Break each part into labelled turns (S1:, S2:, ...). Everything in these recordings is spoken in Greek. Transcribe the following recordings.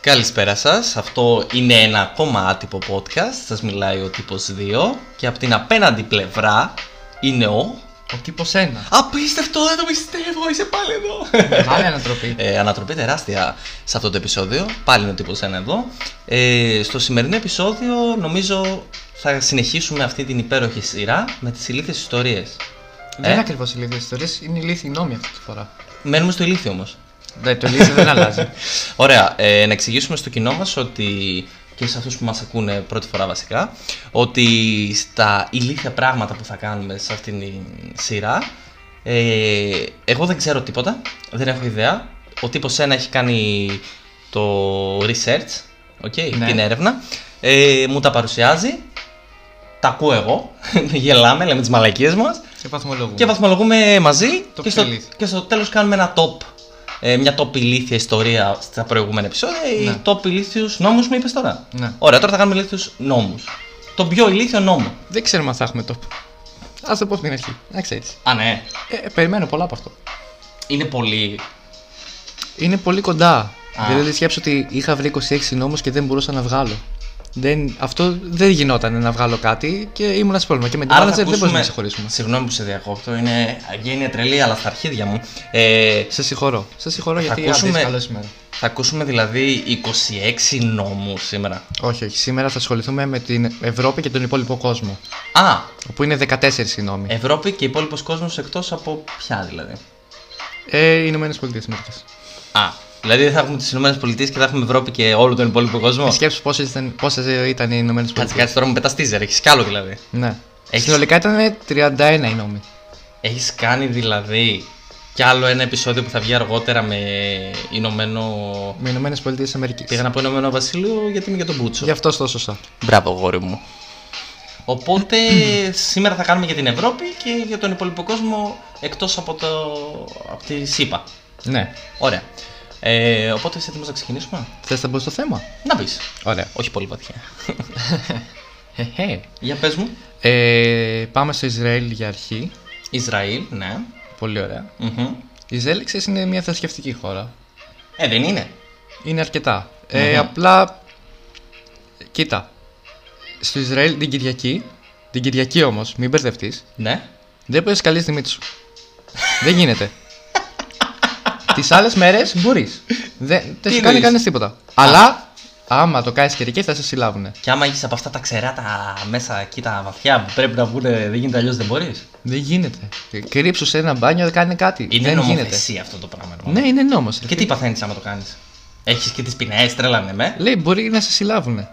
S1: Καλησπέρα σας, αυτό είναι ένα ακόμα άτυπο podcast, σας μιλάει ο τύπος 2 και από την απέναντι πλευρά είναι ο...
S2: Ο τύπος 1.
S1: Απίστευτο, δεν το πιστεύω, είσαι πάλι εδώ!
S2: Μεγάλη ανατροπή.
S1: Ε, ανατροπή τεράστια σε αυτό το επεισόδιο, πάλι είναι ο τύπος 1 εδώ. Ε, στο σημερινό επεισόδιο νομίζω θα συνεχίσουμε αυτή την υπέροχη σειρά με τις ηλίθιες ιστορίες.
S2: Δεν είναι ακριβώς ηλίθιες ιστορίες, είναι ηλίθιοι νόμοι αυτή τη φορά.
S1: Μένουμε στο ηλίθιο όμως.
S2: Ναι, το ηλίθιο δεν αλλάζει.
S1: Ωραία, ε, να εξηγήσουμε στο κοινό μας ότι και σε αυτούς που μας ακούνε πρώτη φορά βασικά ότι στα ηλίθια πράγματα που θα κάνουμε σε αυτήν την σειρά ε, εγώ δεν ξέρω τίποτα, δεν έχω ιδέα ο τύπος 1 έχει κάνει το research, okay,
S2: Ναι.
S1: την έρευνα ε, μου τα παρουσιάζει τα ακούω εγώ, γελάμε, λέμε τις μαλακίες μας
S2: Και βαθμολογούμε.
S1: και βαθμολογούμε μαζί
S2: Το
S1: και, στο,
S2: ψηλήθι.
S1: και στο τέλος κάνουμε ένα top. ε, μια top ηλίθια ιστορία στα προηγούμενα επεισόδια ή
S2: Ναι.
S1: top ηλίθιους νόμους μου είπες τώρα.
S2: Ναι.
S1: Ωραία, τώρα θα κάνουμε ηλίθιους νόμους. Τον πιο ηλίθιο νόμο.
S2: Δεν ξέρουμε αν θα έχουμε top. Ας το πω από την αρχή. Να ξέρεις.
S1: Α, ναι.
S2: Ε, ε, περιμένω πολλά από αυτό.
S1: Είναι πολύ...
S2: Είναι πολύ κοντά. Δηλαδή σκέψω ότι είχα βρει 26 νόμους και δεν μπορούσα να βγάλω. Δεν, αυτό δεν γινόταν να βγάλω κάτι και ήμουν ένα πρόβλημα. Και με την
S1: Άρα
S2: manager
S1: θα
S2: δεν μπορούσαμε
S1: ακούσουμε...
S2: να συγχωρήσουμε.
S1: Συγγνώμη που σε διακόπτω, είναι αγένεια τρελή, αλλά στα αρχίδια μου. Ε,
S2: Σε συγχωρώ. Σε συγχωρώ γιατί
S1: ακούσουμε-
S2: άντεξε καλό σήμερα.
S1: θα ακούσουμε δηλαδή 26 νόμους σήμερα.
S2: Όχι, όχι. Σήμερα θα ασχοληθούμε με την Ευρώπη και τον υπόλοιπο κόσμο.
S1: Α,
S2: Όπου είναι 14 οι νόμοι.
S1: Ευρώπη και υπόλοιπος κόσμος εκτός από ποια δηλαδή.
S2: Ε, οι Ηνωμένες Πολιτείες Αμερική.
S1: Α, δηλαδή δεν θα έχουμε τις ΗΠΑ και θα έχουμε Ευρώπη και όλο τον υπόλοιπο κόσμο.
S2: Σκέψου πόσε ήταν, πόσες ήταν οι Ηνωμένες
S1: Κάτσε,
S2: Πολιτείες.
S1: κάτσε τώρα μου πετάς τίζερ, έχεις κι άλλο δηλαδή.
S2: Ναι.
S1: Έχεις-
S2: Συνολικά ήταν 31 οι νόμοι.
S1: Έχεις κάνει δηλαδή κι άλλο ένα επεισόδιο που θα βγει αργότερα με Ηνωμένο.
S2: Με Ηνωμένες Πολιτείες Αμερικής.
S1: Πήγα να πω Ηνωμένο Βασίλειο γιατί είμαι για τον Μπούτσο.
S2: Γι' αυτό το σωστά.
S1: Μπράβο, γόρι μου. Οπότε σήμερα θα κάνουμε για την Ευρώπη και για τον υπόλοιπο κόσμο εκτός από, το... από τη ΣΥΠΑ.
S2: Ναι.
S1: Ωραία. Ε, οπότε είσαι έτοιμος να ξεκινήσουμε.
S2: Θες να μπω στο θέμα.
S1: Να πεις.
S2: Ωραία.
S1: Όχι πολύ βαθιά.
S2: Χεχέ.
S1: για πες μου.
S2: Ε, πάμε στο Ισραήλ για αρχή.
S1: Ισραήλ, ναι.
S2: Πολύ ωραία.
S1: Μμμ.
S2: Η Ισραήλ ξέρεις, είναι μια θρησκευτική χώρα.
S1: Ε, δεν είναι.
S2: Είναι αρκετά. Ε,
S1: Μμμ.
S2: Απλά. Κοίτα. Στο Ισραήλ την Κυριακή. Την Κυριακή όμως, μην μπερδευτείς.
S1: Ναι.
S2: Δεν μπορεί καλή τιμή σου. Δεν γίνεται. Τις άλλες μέρες μπορείς. Δεν δεν σου κάνει
S1: εννοείς?
S2: κανείς τίποτα. Αλλά άμα το κάνεις Κυριακή θα σε συλλάβουν.
S1: Και άμα έχεις από αυτά τα ξερά τα μέσα εκεί τα βαθιά που πρέπει να βγουν, δεν γίνεται αλλιώς, δεν μπορείς.
S2: Δεν γίνεται. Κρύψου σε ένα μπάνιο, δεν κάνει κάτι.
S1: Είναι
S2: δεν
S1: νομοθεσία αυτό το πράγμα. ρε
S2: γίνεται. Ναι, είναι νόμος.
S1: Και τι παθαίνεις άμα το κάνεις. Έχεις και τις ποινέ, τρέλανε με.
S2: Λέει μπορεί να σε συλλάβουν.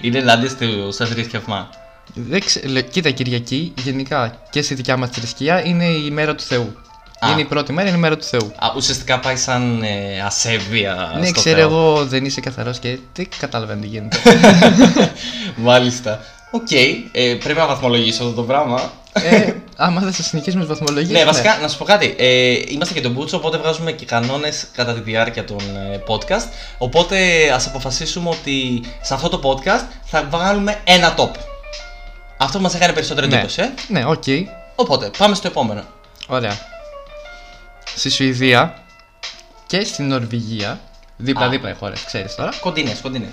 S1: Είναι ενάντια στο στο θρησκευμά.
S2: Δεν ξε- λε- Κοίτα, Κυριακή γενικά και στη δικιά μας θρησκεία είναι η μέρα του Θεού.
S1: Α.
S2: Είναι η πρώτη μέρα, είναι η μέρα του Θεού.
S1: Α, Ουσιαστικά πάει σαν ε, ασέβεια.
S2: ναι,
S1: στο
S2: ξέρω
S1: Θεό.
S2: εγώ, δεν είσαι καθαρός και δεν καταλαβαίνω τι γίνεται.
S1: Μάλιστα. Οκ, ε, πρέπει να βαθμολογήσω αυτό το πράγμα.
S2: ε, άμα θα σε συνεχίσουμε με βαθμολογίες.
S1: Ναι, βασικά να σου πω κάτι. Ε, είμαστε και τον Μπούτσο, οπότε βγάζουμε και κανόνες κατά τη διάρκεια των ε, podcast. Οπότε ας αποφασίσουμε ότι σε αυτό το podcast θα βγάλουμε ένα top. Αυτό που μας έκανε περισσότερο
S2: Ναι.
S1: εντύπωση. Ε.
S2: Ναι, οκ.
S1: Οπότε πάμε στο επόμενο.
S2: Ωραία. Στη Σουηδία και στη Νορβηγία. Δίπλα-δίπλα οι χώρες, ξέρεις τώρα.
S1: Κοντινές, κοντινές.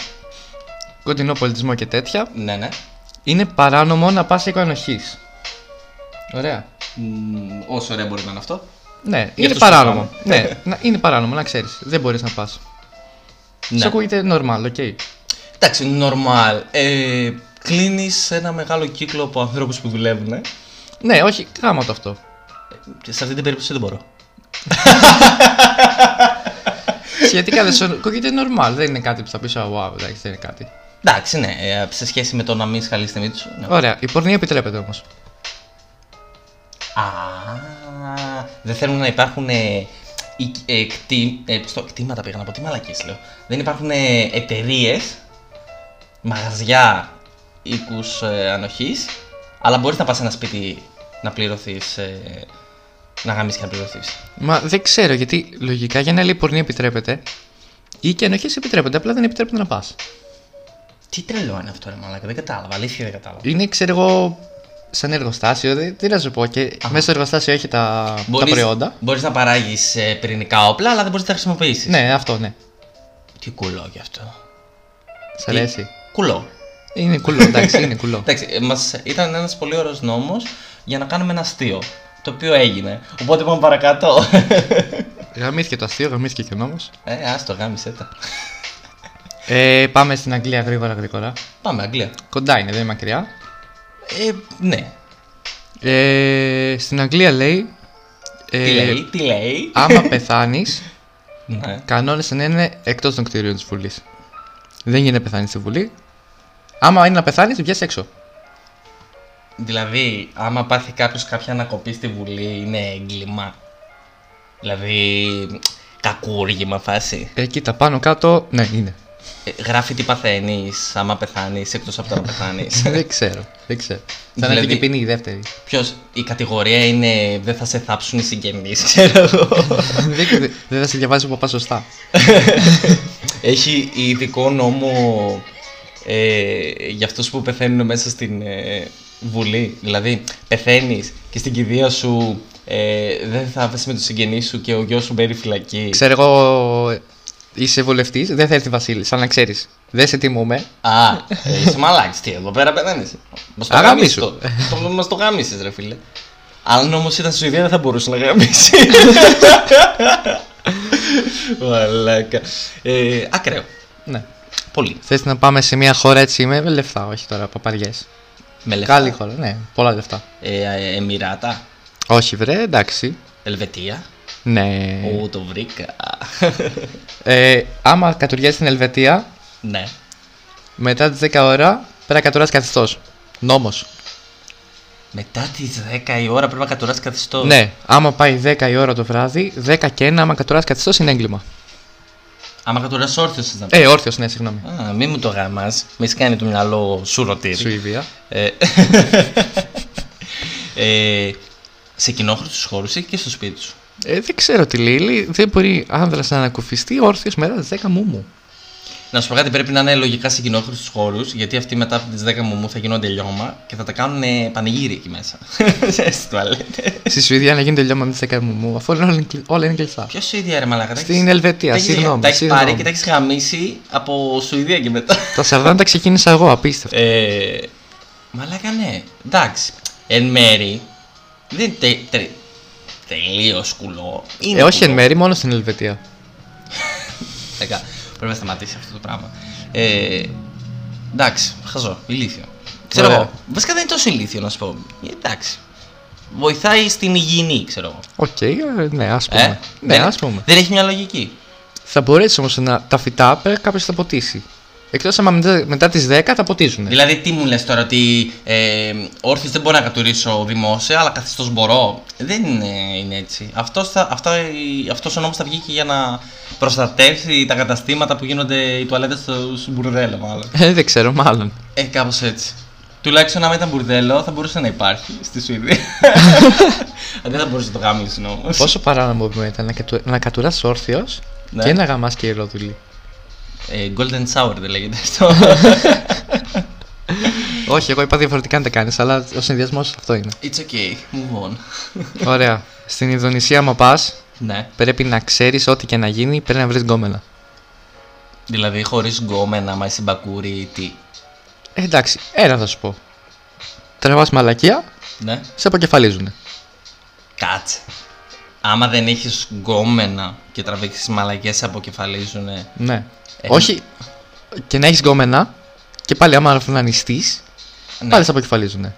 S2: Κοντινό πολιτισμό και τέτοια.
S1: Ναι, ναι.
S2: Είναι παράνομο να πας οίκο ανοχή. Ωραία.
S1: Μμμ, όσο ωραία μπορεί να είναι αυτό.
S2: Ναι,
S1: Γι'
S2: είναι
S1: αυτό σου
S2: παράνομο. ναι, να- είναι παράνομο, να ξέρεις. Δεν μπορείς να πας.
S1: Ναι.
S2: Σε ακούγεται normal, οκ.
S1: Εντάξει, normal. Ε, Κλείνεις ένα μεγάλο κύκλο από ανθρώπους που δουλεύουν. ε.
S2: Ναι, όχι, γάμα το αυτό.
S1: Και σε αυτή την περίπτωση δεν μπορώ.
S2: Σχετικά δεν σου ακούγεται normal. Δεν είναι κάτι που θα πεις, wow, εντάξει, δεν είναι κάτι.
S1: Εντάξει, ναι, ε, σε σχέση με το να μην σχαλείς τη μύτη σου. ναι.
S2: Ωραία, η πορνεία επιτρέπεται όμως.
S1: Α, δεν θέλουν να υπάρχουν ε, οι- ε, κτή- ε, στο, κτήματα πήγα να πω, τι μαλακίες λέω. Δεν υπάρχουν ε, εταιρείες, μαγαζιά οίκους ε, ανοχής, αλλά μπορείς να πας σε ένα σπίτι να πληρωθείς, ε, να γαμίσεις και να πληρωθείς.
S2: Μα δεν ξέρω γιατί λογικά για να λέει πορνεία επιτρέπεται ή και ανοχέ επιτρέπονται, απλά δεν επιτρέπεται να πας.
S1: Τι τρελό είναι αυτό ρε μαλάκα, δεν κατάλαβα, αλήθεια δεν κατάλαβα.
S2: Είναι, ξέρω εγώ, σε ένα εργοστάσιο. δε- Τι να σου πω, και μέσα στο εργοστάσιο έχει τα, τα
S1: Μπορείς-
S2: προϊόντα.
S1: μπορείς να παράγεις πυρηνικά όπλα, αλλά δεν μπορείς να τα χρησιμοποιήσεις.
S2: Ναι, αυτό ναι.
S1: Τι κουλό γι' αυτό.
S2: Σ'
S1: Τι-
S2: αρέσει.
S1: Κουλό.
S2: Είναι κουλό, εντάξει, είναι κουλό.
S1: Εντάξει, ε, μας, ήταν ένας πολύ ωραίος νόμος για να κάνουμε ένα αστείο. Το οποίο έγινε. Οπότε πάμε παρακάτω.
S2: γαμήθηκε το αστείο, γαμήθηκε και ο νόμος.
S1: ε, άστο, γάμισε τα.
S2: Ε, πάμε στην Αγγλία γρήγορα γρήγορα.
S1: Πάμε, Αγγλία.
S2: Κοντά είναι, δεν είναι μακριά.
S1: Ε, ναι.
S2: Ε, στην Αγγλία λέει. ε,
S1: τι λέει, τι λέει.
S2: άμα πεθάνεις,
S1: Ναι.
S2: κανόνες να είναι εκτός των κτηρίων της Βουλής. Δεν γίνεται να πεθάνεις στη Βουλή. Άμα είναι να πεθάνεις, βγες έξω.
S1: Δηλαδή, άμα πάθει κάποιος κάποια ανακοπή στη Βουλή, είναι έγκλημα. Δηλαδή, κακούργημα φάση.
S2: Ε, κοίτα, πάνω κάτω, ναι, είναι.
S1: Ε, γράφει τι παθαίνεις άμα πεθάνεις, εκτός από το να πεθάνεις.
S2: δεν ξέρω, δεν ξέρω. Θα είναι
S1: Δηλαδή-
S2: αυτή και ποινή η δεύτερη.
S1: Ποιος, η κατηγορία είναι δεν θα σε θάψουν οι συγγενείς, ξέρω εγώ.
S2: δεν, δεν- δεν θα σε διαβάζει ο παπάς σωστά.
S1: Έχει ειδικό νόμο ε, για αυτούς που πεθαίνουν μέσα στην ε, Βουλή. Δηλαδή, πεθαίνεις και στην κηδεία σου ε, δεν θα βάσει με τους συγγενείς σου και ο γιος σου μπαίνει φυλακή.
S2: Ξέρω εγώ, ε, είσαι βουλευτής, δεν θα έρθει η Βασίλισσα, να ξέρεις. Δεν σε τιμούμε.
S1: Α, ε, είσαι μαλάκης, τι, εδώ πέρα πεθαίνεις. Μας το
S2: Α,
S1: γάμισες
S2: γαμίσου.
S1: το. Το- Μας το γάμισες ρε φίλε. Αν όμως ήταν στη Σουηδία δεν θα μπορούσε να γαμίσει. Μαλάκα. Ε, ακραίο.
S2: Ναι.
S1: Πολύ.
S2: Θες να πάμε σε μια χώρα έτσι με με λεφτά, όχι τώρα παπαριές.
S1: Με λεφτά.
S2: Καλή χώρα, ναι, πολλά λεφτά.
S1: Ε, ε, Εμμυράτα.
S2: Όχι, βρε, εντάξει.
S1: Ελβετία.
S2: Ναι.
S1: Ω, το βρήκα.
S2: Ε, άμα κατουριάζει στην Ελβετία,
S1: ναι.
S2: μετά τις 10 ώρα πέρα κατουράς καθιστός. Νόμος.
S1: Μετά τις 10 η ώρα πρέπει να κατουράσει καθιστός.
S2: Ναι, άμα πάει 10 η ώρα το βράδυ, 10 και 1 άμα κατουράς καθιστός είναι έγκλημα.
S1: Άμα κατουράσει όρθιο θες να πει.
S2: Ε, όρθιος, ναι, συγγνώμη.
S1: Α, μη μου το γάμα. Μη σε κάνει το μυαλό σου ρωτήρι.
S2: Σουηδία.
S1: Ε, ε, σε κοινόχρηστου χώρους ή και στο σπίτι σου.
S2: Ε, δεν ξέρω τι λέει. λέει, Δεν μπορεί άνδρας να ανακουφιστεί όρθιος μετά τι 10 μου μου.
S1: Να σου πω κάτι, πρέπει να είναι λογικά σε κοινόχρηστου χώρους, γιατί αυτοί μετά από τις 10 μου μου θα γίνονται λιώμα και θα τα κάνουν ε, πανηγύρι εκεί μέσα. Στις τουαλέτες.
S2: Στη Σουηδία να γίνεται λιώμα με τις 10 μου μου, αφού όλα είναι, κλει- όλα είναι κλειστά.
S1: Ποιος Σουηδία ρε Μαλάκα. τα
S2: Στην
S1: έχεις-
S2: Ελβετία,
S1: τα έχεις-
S2: συγγνώμη,
S1: Τα έχεις πάρει
S2: συγγνώμη.
S1: και τα έχεις γαμίσει από Σουηδία και μετά.
S2: Τα σαρδάμ τα ξεκίνησα εγώ, απίστευτο.
S1: Ε, μαλάκα ναι. Εντάξει. Εν μέρη δεν είναι τε, τε, τελείως κουλό. Είναι
S2: Ε, όχι
S1: κουλό.
S2: εν μέρη, μόνο στην Ελβετία.
S1: Τέκα, Πρέπει να σταματήσει αυτό το πράγμα. Ε, εντάξει. Χαζό. Ηλίθιο. Ξέρω
S2: Ωραία.
S1: εγώ. Βασικά δεν είναι τόσο ηλίθιο να σου πω. Ε, εντάξει. Βοηθάει στην υγιεινή, ξέρω εγώ.
S2: Οκ, ε, ναι, ας πούμε.
S1: Ε,
S2: ναι,
S1: δεν-
S2: ας πούμε.
S1: Δεν έχει μια λογική. θα
S2: Θα μπορέσει όμως να τα φυτά πρέπει κάποιο να τα ποτίσει. Εκτός άμα μετά, μετά τις 10 τα ποτίζουν.
S1: Δηλαδή, τι μου λες τώρα, ότι ε, όρθιος δεν μπορώ να κατουρίσω δημόσια, αλλά καθιστώ μπορώ. Δεν είναι, είναι έτσι. Αυτός αυτός ο νόμος θα βγει και για να προστατεύσει τα καταστήματα που γίνονται οι τουαλέτες στο στο μπουρδέλο, μάλλον.
S2: Ε, δεν ξέρω, μάλλον.
S1: Ε, κάπως έτσι. Τουλάχιστον άμα ήταν μπουρδέλο, θα μπορούσε να υπάρχει στη Σουηδία. δεν θα μπορούσε να το γάμι όμω.
S2: Πόσο παράνομο που ήταν να, κατου... να κατουράς όρθιος
S1: Ναι.
S2: και να γαμάς και ιερόδουλη.
S1: Ε, golden shower δεν λέγεται αυτό.
S2: όχι, εγώ είπα διαφορετικά να τα κάνεις, αλλά ο συνδυασμός αυτό είναι.
S1: It's okay, move on.
S2: Ωραία. Στην Ινδονησία, άμα πας,
S1: ναι.
S2: πρέπει να ξέρεις ό,τι και να γίνει, πρέπει να βρεις γκόμενα.
S1: Δηλαδή, χωρίς γκόμενα, άμα είσαι μπακούρι, τι.
S2: Ε, εντάξει, ένα θα σου πω. Τραβάς μαλακία,
S1: Ναι.
S2: σε αποκεφαλίζουν.
S1: Κάτσε. Άμα δεν έχεις γκόμενα και τραβήξεις μαλακέ, σε αποκεφαλίζουν.
S2: Ναι.
S1: Ε,
S2: Όχι. Και να έχεις γκόμενα, και πάλι άμα αυνανιστεί,
S1: Ναι.
S2: πάλι σε αποκεφαλίζουν.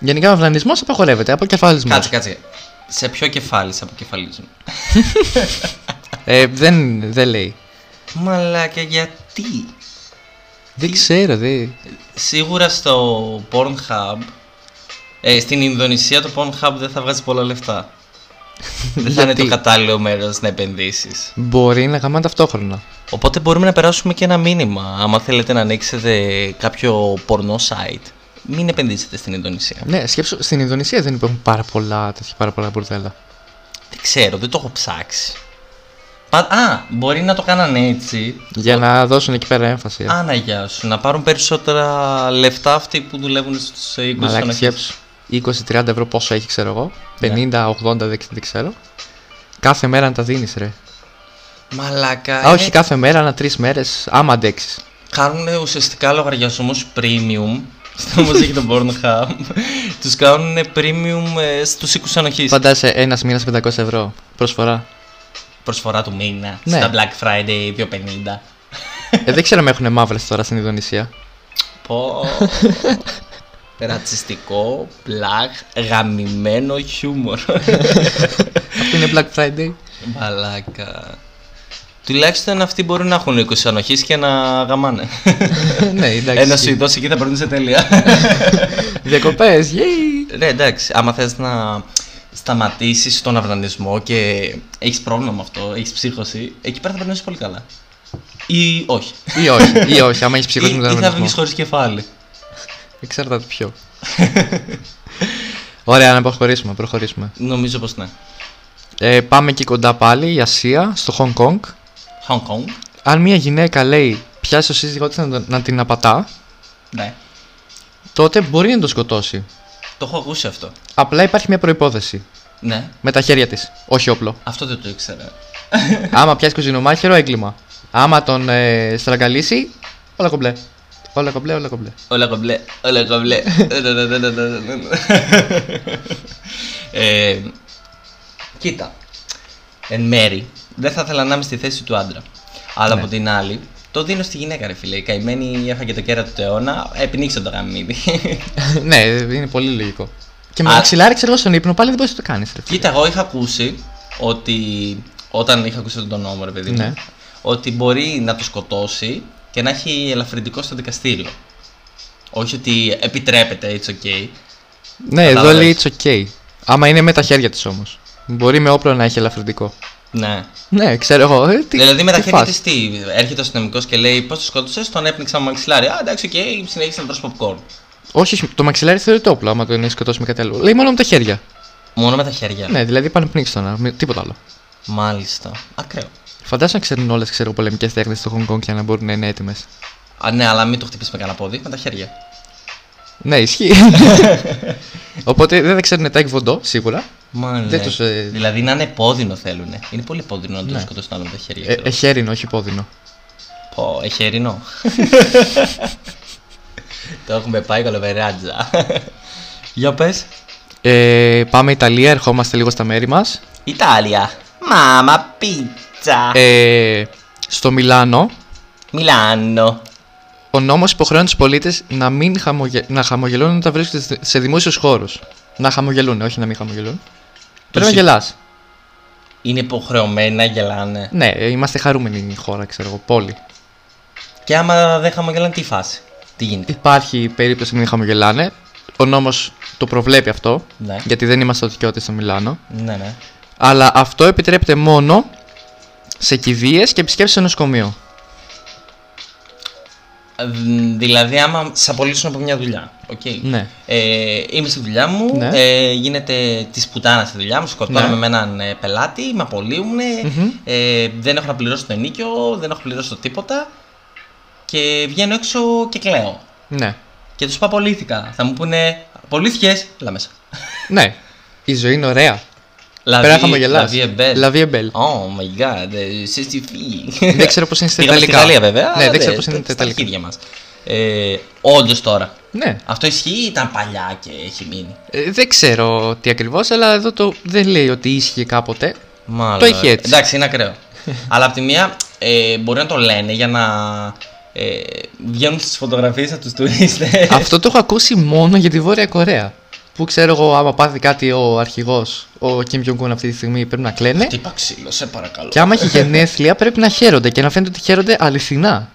S2: Γενικά ο αυνανισμό απαγορεύεται. Αποκεφαλισμός.
S1: Κάτσε, κάτσε. Σε ποιο κεφάλι σε αποκεφαλίζουν.
S2: Ε, δεν, δεν λέει.
S1: Μαλάκα, γιατί.
S2: Δεν ξέρω, δεν.
S1: Σίγουρα στο Pornhub. Ε, στην Ινδονησία το Pornhub δεν θα βγάζει πολλά λεφτά. δεν θα είναι
S2: Γιατί?
S1: το κατάλληλο μέρος να επενδύσεις.
S2: Μπορεί να γαμάνε ταυτόχρονα.
S1: Οπότε μπορούμε να περάσουμε και ένα μήνυμα. Άμα θέλετε να ανοίξετε κάποιο πορνό site, μην επενδύσετε στην Ινδονησία.
S2: Ναι, σκέψου, στην Ινδονησία δεν υπάρχουν πάρα πολλά τέτοια πάρα πολλά μπουρδέλα.
S1: Δεν ξέρω, δεν το έχω ψάξει. Πα- Α, μπορεί να το κάνανε έτσι.
S2: Για να δώσουν εκεί πέρα έμφαση.
S1: Άνα γεια σου, να πάρουν περισσότερα λεφτά αυτοί που δουλεύουν στους ε, 20
S2: Μαλάκι
S1: των αρχές.
S2: σκέψου. 20-30 ευρώ πόσο έχει, ξέρω
S1: Ναι.
S2: εγώ. 50-80 δεν, δεν ξέρω. Κάθε μέρα να τα δίνεις, ρε.
S1: Μαλάκα. ε,
S2: Α,
S1: ναι.
S2: όχι κάθε μέρα, ανά τρεις μέρες, άμα αντέξεις.
S1: Κάνουν ουσιαστικά λογαριασμούς premium στο Music των Pornhub. Του κάνουν premium ε, στους οίκους ανοχής.
S2: Φαντάζεσαι ένας μήνας 500 ευρώ προσφορά.
S1: Προσφορά του μήνα.
S2: Ναι.
S1: Στα Black Friday 250.
S2: ε, δεν ξέρω αν έχουν μαύρες τώρα στην Ινδονησία.
S1: Πω. Ρατσιστικό, πλάχ, γαμημένο χιούμορ.
S2: Αυτό είναι Black Friday.
S1: Μαλάκα. Τουλάχιστον αυτοί μπορούν να έχουν 20 ανοχής και να γαμάνε.
S2: ναι, εντάξει.
S1: Ένα σου δώσει εκεί θα παίρνει σε τέλεια.
S2: Διακοπές, yay!
S1: Ναι, εντάξει, άμα θες να σταματήσεις τον αυνανισμό και έχεις πρόβλημα με αυτό, έχεις ψύχωση, εκεί πέρα θα περνήσεις πολύ καλά. Ή όχι.
S2: Ή όχι, ή όχι, άμα έχεις ψυχή
S1: ή, ή
S2: με τον
S1: θα βγεις
S2: αυνανισμό.
S1: χωρίς κεφάλι.
S2: Εξαρτάται ποιο. Ωραία, να προχωρήσουμε, προχωρήσουμε.
S1: Νομίζω πως ναι.
S2: Ε, πάμε και κοντά πάλι, η Ασία, στο Hong Kong.
S1: Hong Kong.
S2: Αν μια γυναίκα λέει πιάσει το σύζυγό της να, τον- να την απατά,
S1: Ναι.
S2: τότε μπορεί να τον σκοτώσει.
S1: Το έχω ακούσει αυτό.
S2: Απλά υπάρχει μια προπόθεση.
S1: Ναι.
S2: Με τα χέρια της, όχι όπλο.
S1: Αυτό δεν το ήξερα.
S2: Άμα πιάσει κοζινομάχαιρο, έγκλημα. Άμα τον ε, στραγγαλίσει, όλα κομπλέ. Όλα κομπλέ, όλα κομπλέ.
S1: Όλα κομπλέ, όλα κομπλέ. ε, κοίτα, εν μέρη δεν θα ήθελα να είμαι στη θέση του άντρα. Αλλά από την άλλη, το δίνω στη γυναίκα, ρε φίλε. Η καημένη έφαγε το κέρατο του αιώνα, επινίξε το γαμίδι.
S2: ναι, είναι πολύ λογικό. Και με
S1: Α-
S2: ένα ξυλάρι, ξέρω εγώ, στον ύπνο, πάλι δεν μπορείς να το κάνεις.
S1: κοίτα, εγώ είχα ακούσει ότι. Όταν είχα ακούσει τον νόμο, ρε παιδί μου,
S2: Ναι.
S1: ότι μπορεί να το σκοτώσει και να έχει ελαφρυντικό στο δικαστήριο. Όχι ότι επιτρέπεται, it's okay.
S2: Ναι, εδώ
S1: Κατάλαβες.
S2: λέει it's okay. Άμα είναι με τα χέρια της όμως. Μπορεί με όπλο να έχει ελαφρυντικό.
S1: Ναι.
S2: Ναι, ξέρω εγώ. Ε, τι,
S1: δηλαδή με τα
S2: τι
S1: χέρια
S2: φας.
S1: της τι, έρχεται ο αστυνομικό και λέει πώς το σκότωσες, τον έπνιξα με μαξιλάρι. Α, εντάξει, οκ, συνέχισε να τρως popcorn.
S2: Όχι, όχι, το μαξιλάρι θεωρείται όπλο άμα τον έχει σκοτώσει με κάτι άλλο. Λέει μόνο με τα χέρια.
S1: Μόνο με τα χέρια.
S2: Ναι, δηλαδή πανεπνίξτονα, μη- τίποτα άλλο.
S1: Μάλιστα. Ακραίο.
S2: Φαντάζομαι να ξέρουν όλες ξέρω πολεμικές τέχνες στο Hong Kong για να μπορούν να είναι έτοιμες.
S1: Α, ναι, αλλά μην το χτυπήσεις με κανένα πόδι, με τα χέρια.
S2: Ναι, ισχύει. Οπότε δεν θα ξέρουν τα εκβοντό, σίγουρα.
S1: Μα, ναι.
S2: Δεν τους, ε,
S1: Δηλαδή να είναι πόδινο θέλουν. Είναι πολύ πόδινο να τον
S2: Ναι.
S1: σκοτώσει τον άλλο με τα χέρια.
S2: Ε,
S1: Ε,
S2: εχέρινο, όχι πόδινο.
S1: Πω, εχερινό. το έχουμε πάει κολοβεράτζα. Για πες.
S2: Ε, πάμε Ιταλία, ερχόμαστε λίγο στα μέρη μας.
S1: Ιταλία. Μάμα πίτσα.
S2: Ε, στο Μιλάνο,
S1: Μιλάνο.
S2: ο νόμος υποχρεώνει τους πολίτες να, μην χαμογε... να χαμογελούν όταν βρίσκονται σε δημόσιους χώρους. Να χαμογελούν, όχι να μην χαμογελούν. Πρέπει να
S1: συ-
S2: γελάς.
S1: Είναι υποχρεωμένα να γελάνε.
S2: Ναι, ε, είμαστε χαρούμενοι η χώρα, ξέρω εγώ, πόλη.
S1: Και άμα δεν χαμογελάνε, τι φάση. Τι γίνεται.
S2: Υπάρχει περίπτωση να μην χαμογελάνε. Ο νόμος το προβλέπει αυτό,
S1: Ναι.
S2: γιατί δεν είμαστε δικαιώτε στο Μιλάνο.
S1: Ναι, ναι.
S2: Αλλά αυτό επιτρέπεται μόνο σε κηδείες και επισκέψεις σε νοσοκομείο.
S1: Ε, δ- Δηλαδή, άμα σε απολύσουν από μια δουλειά. οκ.
S2: Ναι.
S1: Ε, είμαι στη δουλειά μου,
S2: Ναι.
S1: ε, γίνεται της πουτάνας στη δουλειά μου, σκοτώνω
S2: Ναι.
S1: με έναν ε, πελάτη, με απολύουν,
S2: Μμμ.
S1: ε, δεν έχω να πληρώσω το ενίκιο, δεν έχω πληρώσει το τίποτα και βγαίνω έξω και κλαίω.
S2: Ναι.
S1: Και τους πω απολύθηκα. Θα μου πούνε, απολύθηκες, έλα μέσα.
S2: Ναι. Η ζωή είναι ωραία.
S1: Λαβί-
S2: Πρέπει να χαμογελάς.
S1: Λαβί εμπέλ.
S2: Λαβί εμπέλ.
S1: ε, Oh my god, ε, c'est stupide.
S2: Δεν ξέρω πώς είναι στα
S1: ναι. Πήγαμε στην
S2: Ιταλικά.
S1: Ιταλία βέβαια.
S2: Ναι,
S1: αλλά
S2: δεν ξέρω πώς είναι
S1: στα-
S2: στα
S1: Στα
S2: Ιταλικά.
S1: αρχίδια μας. Ε, Όντως τώρα.
S2: Ναι.
S1: Αυτό ισχύει ή ήταν παλιά και έχει μείνει.
S2: Ε, δεν ξέρω τι ακριβώς, αλλά εδώ το δεν λέει ότι ίσχυε κάποτε.
S1: Μάλλον.
S2: Το έχει έτσι.
S1: Εντάξει, είναι ακραίο. αλλά απ' τη μία ε, μπορεί να το λένε για να ε, βγαίνουν στις φωτογραφίες από τους τουρίστες.
S2: Αυτό το έχω ακούσει μόνο για τη Βόρεια Κορέα. Που ξέρω εγώ, άμα πάθει κάτι ο αρχηγός, ο Κιμ Jong-un αυτή τη στιγμή πρέπει να κλαίνε.
S1: Τι παξίλο, σε παρακαλώ.
S2: Και άμα έχει γενέθλια πρέπει να χαίρονται και να φαίνεται ότι χαίρονται αληθινά.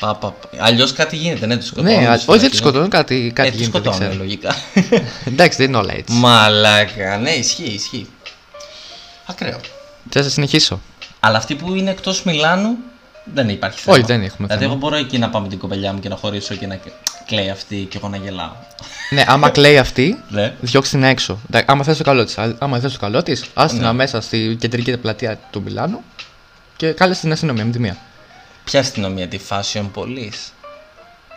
S1: Πα, πα, πα. Αλλιώς κάτι γίνεται, ναι, τους σκοτώνουν.
S2: Ναι, α-
S1: τους
S2: όχι
S1: φυλακίζουν.
S2: δεν τους σκοτώνουν, κάτι, κάτι
S1: ε, τους
S2: γίνεται, δεν
S1: σκοτώνουν,
S2: ξέρω.
S1: λογικά.
S2: Εντάξει, δεν είναι όλα έτσι.
S1: Μαλάκα, ναι, ισχύει, ισχύει. Ακραίο.
S2: Θα σα συνεχίσω.
S1: Αλλά αυτοί που είναι εκτός Μιλάνου δεν υπάρχει θέμα.
S2: Όχι, δεν έχουμε
S1: Δηλαδή,
S2: θέμα.
S1: εγώ μπορώ εκεί να πάω με την κοπελιά μου και να χωρίσω και να κλαίει αυτή και εγώ να γελάω.
S2: ναι, άμα κλαίει αυτή,
S1: Ναι.
S2: διώξτε την έξω. Εντάξει, Άμα θες το καλό της, άμα θες το καλό της, άστε
S1: Ναι.
S2: την αμέσα στη κεντρική πλατεία του Μιλάνου και κάλεσε την αστυνομία με τη μία.
S1: Ποια αστυνομία, τη Fashion Police.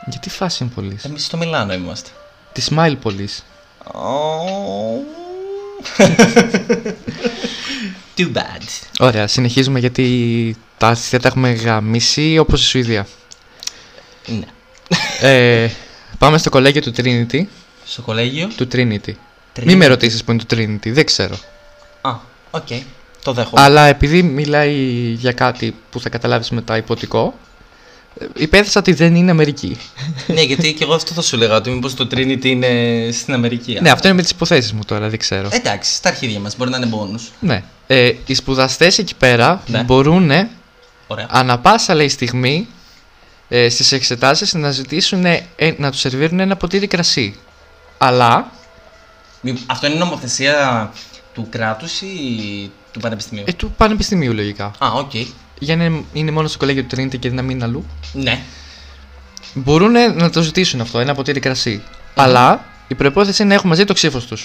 S2: Γιατί φάση είναι πολύ.
S1: Εμείς στο Μιλάνο είμαστε.
S2: Τη Smile Police.
S1: Too bad.
S2: Ωραία, συνεχίζουμε γιατί τα αστεία τα έχουμε γαμίσει όπως η Σουηδία.
S1: Ναι.
S2: Ε, πάμε στο κολέγιο του Trinity.
S1: Στο κολέγιο.
S2: Του Trinity.
S1: Trinity.
S2: Μη με ρωτήσεις που είναι το Trinity, δεν ξέρω.
S1: Α, οκ. Το δέχομαι.
S2: Αλλά επειδή μιλάει για κάτι που θα καταλάβεις μετά υποτικό, ε, υπέθεσα ότι δεν είναι Αμερική.
S1: ναι, γιατί και εγώ αυτό θα σου έλεγα. Ότι μήπως το Trinity είναι στην Αμερική.
S2: ναι, αυτό είναι με τις υποθέσεις μου τώρα, δεν ξέρω.
S1: Εντάξει, στα αρχίδια μας μπορεί να είναι bonus.
S2: ναι. Ε, οι σπουδαστές εκεί πέρα
S1: Ναι.
S2: μπορούν
S1: Ωραία.
S2: ανα πάσα λέει στιγμή ε, στις εξετάσεις να ζητήσουν ε, να τους σερβίρουν ένα ποτήρι κρασί. Αλλά
S1: Μη- Αυτό είναι νομοθεσία του κράτους ή του πανεπιστημίου.
S2: ε, του πανεπιστημίου λογικά.
S1: Α, οκ.
S2: Για να είναι- είναι μόνο στο κολέγιο του Trinity και να μην είναι αλλού.
S1: Ναι.
S2: Μπορούν να το ζητήσουν αυτό, ένα ποτήρι κρασί. Αλλά η προπόθεση είναι να έχουν μαζί το ξύφος τους.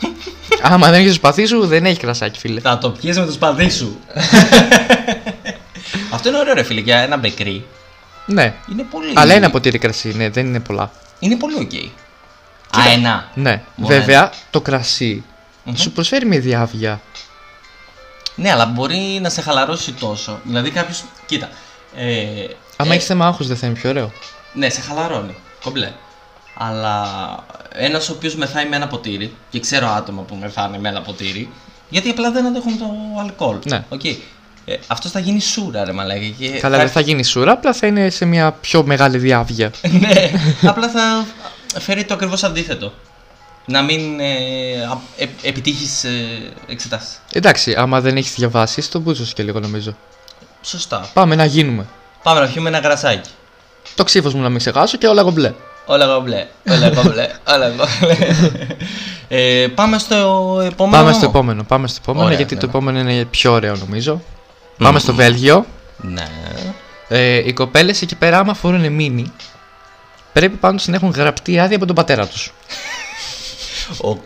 S2: Άμα δεν έχεις το σπαθί σου, δεν έχει κρασάκι, φίλε.
S1: Θα το πιείς με το σπαθί σου. Αυτό είναι ωραίο ρε φίλε για ένα μπεκρί.
S2: ναι.
S1: Είναι πολύ...
S2: Αλλά ένα ποτήρι κρασί, ναι, δεν είναι πολλά.
S1: Είναι πολύ οκ. Α, ένα.
S2: Ναι.
S1: Μόνο
S2: Βέβαια, το κρασι
S1: Μμμ.
S2: σου προσφέρει μια διάβια.
S1: Ναι, αλλά μπορεί να σε χαλαρώσει τόσο. Δηλαδή κάποιος. Κοίτα. Ε,
S2: Άμα
S1: ε,
S2: έχεις θέμα άγχου, δεν θα είναι πιο ωραίο.
S1: Ναι, σε χαλαρώνει. Κομπλέ. Αλλά ένας ο οποίος μεθάει με ένα ποτήρι, και ξέρω άτομα που μεθάνε με ένα ποτήρι, γιατί απλά δεν αντέχουν το αλκοόλ.
S2: Ναι.
S1: Οκ. Ε, Αυτός θα γίνει σούρα, ρε μαλάκα. Και
S2: Καλά, δεν θα γίνει σούρα, απλά θα είναι σε μια πιο μεγάλη διάβια.
S1: ναι, απλά θα φέρει το ακριβώς αντίθετο. Να μην ε, α- ε, επιτύχεις ε, εξετάσεις.
S2: Εντάξει, άμα δεν έχεις διαβάσεις, τον μπούτσο και λίγο νομίζω.
S1: Σωστά.
S2: Πάμε να γίνουμε.
S1: Πάμε να πιούμε ένα γρασάκι.
S2: Το ξύφος μου να μην ξεχάσω και όλα γομπλέ.
S1: Όλα εγώ μπλε. Όλα εγώ μπλε. Όλα εγώ μπλε. ε, πάμε στο επόμενο.
S2: Πάμε στο
S1: νόμο.
S2: επόμενο, πάμε στο επόμενο,
S1: Ωραία,
S2: γιατί
S1: ναι,
S2: το
S1: ναι.
S2: επόμενο είναι πιο ωραίο νομίζω. Πάμε στο Βέλγιο.
S1: Ναι.
S2: Ε, οι κοπέλες εκεί πέρα, άμα φορούν μήνυ, πρέπει πάντως να έχουν γραπτή άδεια από τον πατέρα τους.
S1: Ο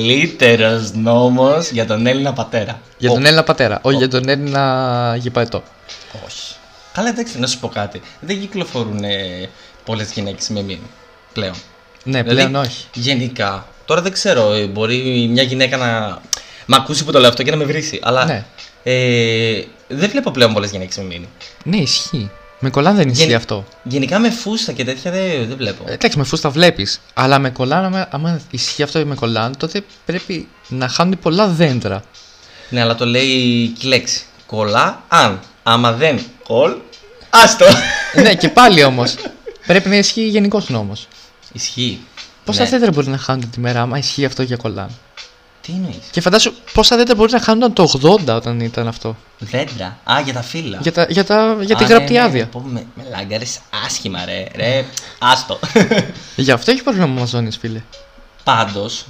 S1: καλύτερος νόμος για τον Έλληνα πατέρα.
S2: Για
S1: Ο-
S2: τον Έλληνα πατέρα, όχι για τον Έλληνα γηπαετό.
S1: Όχι. Καλά, εντάξει, να σου πω κάτι. Δεν κυκλοφορούν ε, πολλές γυναίκες με μήνυμα πλέον.
S2: Ναι,
S1: Δηλαδή,
S2: πλέον όχι.
S1: Γενικά. Τώρα δεν ξέρω, ε, μπορεί μια γυναίκα να. Μ' ακούσει που το λέω αυτό και να με βρίσει. Αλλά.
S2: Ναι.
S1: Ε, δεν βλέπω πλέον πολλές γυναίκε με μήνυμα.
S2: Ναι, ισχύει. Με κολλάν δεν ισχύει
S1: Γεν-
S2: αυτό.
S1: Γενικά με φούστα και τέτοια δεν, δεν βλέπω.
S2: Ε, Εντάξει, με φούστα βλέπεις. Αλλά με κολλάν, άμα, άμα ισχύει αυτό με κολλάν, τότε πρέπει να χάνουν πολλά δέντρα.
S1: Ναι, αλλά το λέει και η λέξη. Κολλά αν. Άμα δεν κολ, άστο.
S2: ναι, και πάλι όμως. Πρέπει να ισχύει γενικός νόμος.
S1: Ισχύει.
S2: Πόσα
S1: Ναι.
S2: δέντρα μπορεί να χάνονται τη μέρα, άμα ισχύει αυτό για κολλάν.
S1: Τι εννοείς.
S2: Και φαντάσου πόσα δέντρα μπορείς να χάνονταν το 80 όταν ήταν αυτό.
S1: Δέντρα. Α, για τα φύλλα.
S2: Για, τα, για, τα, για τη
S1: Α,
S2: γραπτή
S1: ναι, ναι,
S2: άδεια.
S1: πω, με, με λάγκαρες άσχημα, ρε. Ρε, άστο. ναι.
S2: Γι' αυτό έχει πρόβλημα με Αμαζόνε, φίλε.
S1: Πάντως,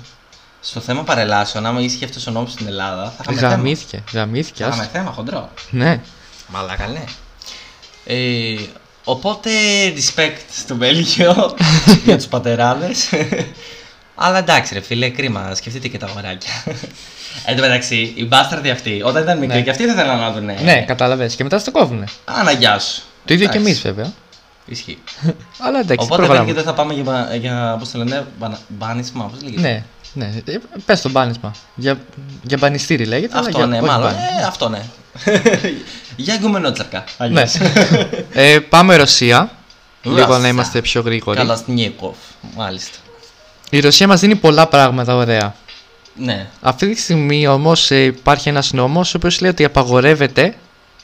S1: στο θέμα παρελάσεων, άμα ίσχυε αυτός ο νόμος στην Ελλάδα, θα είχαμε θέμα.
S2: Γαμήθηκε. Γαμήθηκε.
S1: Θα είχαμε
S2: άστο.
S1: θέμα, χοντρό.
S2: Ναι.
S1: Μαλάκα, ναι. Ε, οπότε, respect στο Βέλγιο για τους πατεράδες. Αλλά εντάξει ρε φίλε, κρίμα, σκεφτείτε και τα αγοράκια. Εν τω μεταξύ, οι μπάσταρδοι αυτοί, όταν ήταν μικροί,
S2: Ναι.
S1: και αυτοί θα ήθελαν να δουν.
S2: Ναι, κατάλαβες. Και μετά στο κόβουνε.
S1: Αναγιά σου.
S2: Το ίδιο και
S1: Ε. Εντάξει,
S2: εμείς, βέβαια.
S1: Ισχύει.
S2: Αλλά εντάξει,
S1: Οπότε
S2: προχωράμε.
S1: Βέλγιο δεν θα πάμε για, μπα- για πώς το λένε, μπανα- μπάνισμα, πώς λέγεται.
S2: Ναι, ναι. Πες το μπάνισμα. Για, για μπανιστήρι λέγεται. αλλά
S1: Αυτό
S2: για,
S1: ναι,
S2: όχι
S1: μάλλον.
S2: μπάνι.
S1: Ε, αυτό ναι. για γκουμενότσαρκα.
S2: Ναι.
S1: αλλιώς.
S2: ε, πάμε Ρωσία. Λίγο να
S1: Ρωσία.
S2: είμαστε πιο γρήγοροι.
S1: Καλαστνίκοφ, μάλιστα.
S2: Η Ρωσία μας δίνει πολλά πράγματα ωραία.
S1: Ναι,
S2: Αυτή τη στιγμή όμως υπάρχει ένας νόμος ο οποίος λέει ότι απαγορεύεται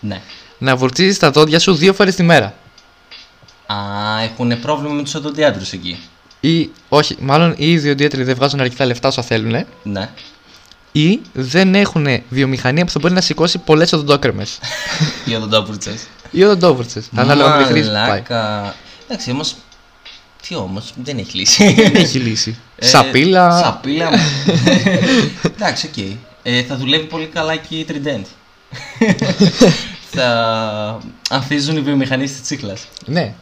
S1: ναι.
S2: να βουρτίζεις τα δόντια σου δύο φορές τη μέρα.
S1: Α, έχουν πρόβλημα με τους οδοντιάτρους εκεί.
S2: Ή, όχι, μάλλον οι ίδιοι ιδιαίτεροι δεν βγάζουν αρκετά λεφτά όσα θέλουν.
S1: Ναι.
S2: Ή δεν έχουν βιομηχανία που θα μπορεί να σηκώσει πολλές οδοντόκρεμες.
S1: Οι οδοντόπουρτσες.
S2: ή οδοντόβουρτσε. Ανάλογα με τη χρήση που πάει.
S1: Μαλάκα. Εντάξει, όμως... Τι όμως, δεν έχει λύση.
S2: Δεν έχει λύση.
S1: Ε,
S2: σαπίλα.
S1: Σαπίλα. ναι. Εντάξει, οκ. Ε, θα δουλεύει πολύ καλά και η Trident. θα ανθίζουν οι βιομηχανίες της τσίχλας.
S2: Ναι.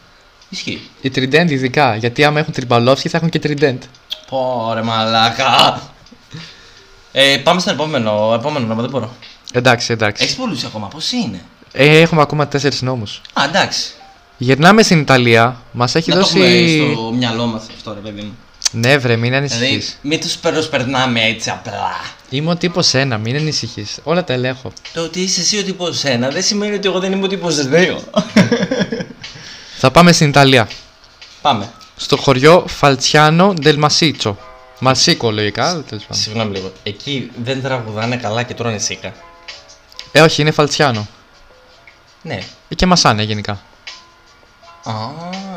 S1: Ισχύει.
S2: Η τριντέντ ειδικά. Γιατί άμα έχουν τριμπαλόφσκι θα έχουν και τριντέντ.
S1: Πω ρε μαλάκα. Ε, πάμε στον επόμενο, επόμενο νόμο, δεν μπορώ.
S2: Εντάξει, εντάξει.
S1: Έχεις πολλούς ακόμα, πόσοι είναι.
S2: Ε, έχουμε ακόμα τέσσερις νόμους.
S1: Α, εντάξει.
S2: Γυρνάμε στην Ιταλία. Μας έχει
S1: Να το
S2: δώσει.
S1: έχουμε στο μυαλό μας αυτό ρε παιδί μου.
S2: Ναι, βρε, μην ανησυχείς.
S1: Δηλαδή, μην τους περνάμε έτσι απλά.
S2: Είμαι ο τύπος 1, μην ανησυχείς. Όλα τα ελέγχω.
S1: Το ότι είσαι εσύ ο τύπος 1 δεν σημαίνει ότι εγώ δεν είμαι ο τύπος 2.
S2: Θα πάμε στην Ιταλία.
S1: Πάμε.
S2: Στο χωριό Φαλτσιάνο del Massiccio. Μασίκο, λογικά. τέλος πάντων.
S1: Συγγνώμη λίγο. Εκεί δεν τραγουδάνε καλά και τρώνε σίκα.
S2: Ε, όχι, είναι Φαλτσιάνο.
S1: Ναι.
S2: Ε, Και μασάνε γενικά.
S1: Α,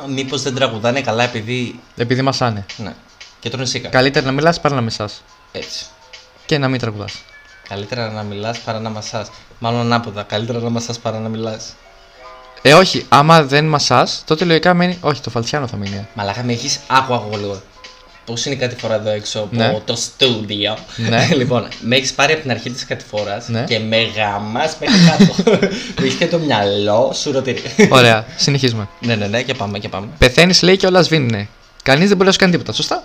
S1: μήπως δεν τραγουδάνε καλά επειδή.
S2: Επειδή μασάνε.
S1: Ναι. Και τρώνε σίκα.
S2: Καλύτερα να μιλάς παρά να μισάς.
S1: Έτσι.
S2: Και να μην τραγουδάς.
S1: Καλύτερα να μιλάς παρά να μασάς. Μάλλον ανάποδα. Καλύτερα να μασάς παρά να μιλάς.
S2: Ε, όχι, άμα δεν μασάς, τότε λογικά μένει. Όχι, το Φαλτσιάνο θα μείνει. ε.
S1: Μαλάκα με έχεις άκου άκου λίγο. Πώς είναι η κατηφορά εδώ έξω από
S2: Ναι.
S1: το στούντιο.
S2: Ναι.
S1: λοιπόν, με έχεις πάρει από την αρχή της κατηφορά
S2: Ναι.
S1: και με γαμά μέχρι κάτω. Μου έχει και το μυαλό σου ρωτήρι.
S2: Ωραία, συνεχίζουμε.
S1: ναι, ναι, ναι, και πάμε, και πάμε.
S2: Πεθαίνεις, λέει και όλα σβήνουνε. Κανείς δεν μπορεί να σου κάνει τίποτα, σωστά.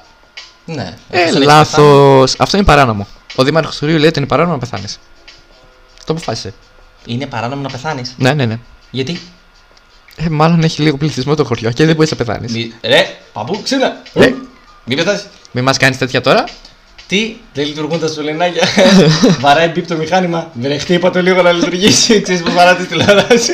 S1: Ναι.
S2: Ε,
S1: Όπως λέει,
S2: λάθο. Αυτό είναι παράνομο. Ο Δήμαρχος του Ρίου λέει ότι είναι παράνομο να πεθάνεις. Το αποφάσισε.
S1: Είναι παράνομο να πεθάνεις.
S2: Ναι, ναι, ναι.
S1: Γιατί.
S2: Ε, μάλλον έχει λίγο πληθυσμό το χωριό και δεν μπορείς να πεθάνεις.
S1: Μη... Ρε, παππού, ξύνα.
S2: Ε.
S1: Μην πετάς.
S2: Μη μας κάνεις τέτοια τώρα.
S1: Τι, δεν λειτουργούν τα σωληνάκια. Βαράει μπίπ το μηχάνημα. Βρεχτεί, είπα το λίγο να λειτουργήσει. Ξέρεις που βαράει τη τηλεόραση.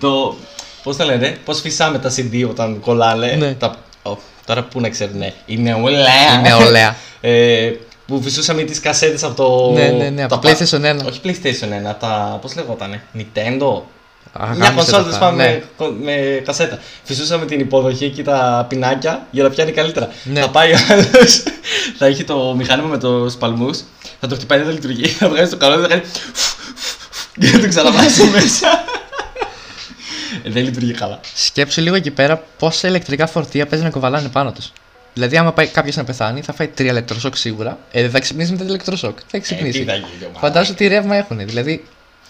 S1: το. Πώ τα λένε, πώς φυσάμε τα CD όταν κολλάνε.
S2: Ναι.
S1: Τα... Ω, τώρα που να ξέρουν, ναι. Η νεολαία.
S2: Η νεολαία.
S1: ε, που φυσούσαμε τις κασέτες από το.
S2: Ναι, ναι, ναι, από
S1: τα-
S2: PlayStation 1.
S1: Όχι PlayStation 1, τα. Πώς λεγότανε, Nintendo. Μια
S2: Α, γάμισε
S1: κονσόλα
S2: τα
S1: τέλο
S2: αυτά,
S1: πάντων
S2: ναι.
S1: με, με κασέτα. Φυσούσαμε την υποδοχή και τα πινάκια για να πιάνει καλύτερα.
S2: Ναι.
S1: Θα πάει ο άλλος, θα έχει το μηχάνημα με τους παλμούς, θα το χτυπάει, δεν θα λειτουργεί, θα βγάζει το καλό, θα κάνει. φου, φου, φου, και θα το ξαναβάζει μέσα. Ε, δεν λειτουργεί καλά.
S2: Σκέψου λίγο εκεί πέρα πόσα ηλεκτρικά φορτία παίζει να κοβαλάνε πάνω τους. Δηλαδή, άμα πάει κάποιος να πεθάνει, θα φάει τρία ηλεκτροσόκ σίγουρα. Ε, δεν θα ξυπνήσει μετά το ηλεκτροσόκ. Θα
S1: Ε,
S2: ξυπνήσει.
S1: τι θα γίνει, μαλάκα.
S2: Φαντάζομαι τι ρεύμα έχουν. Δηλαδή,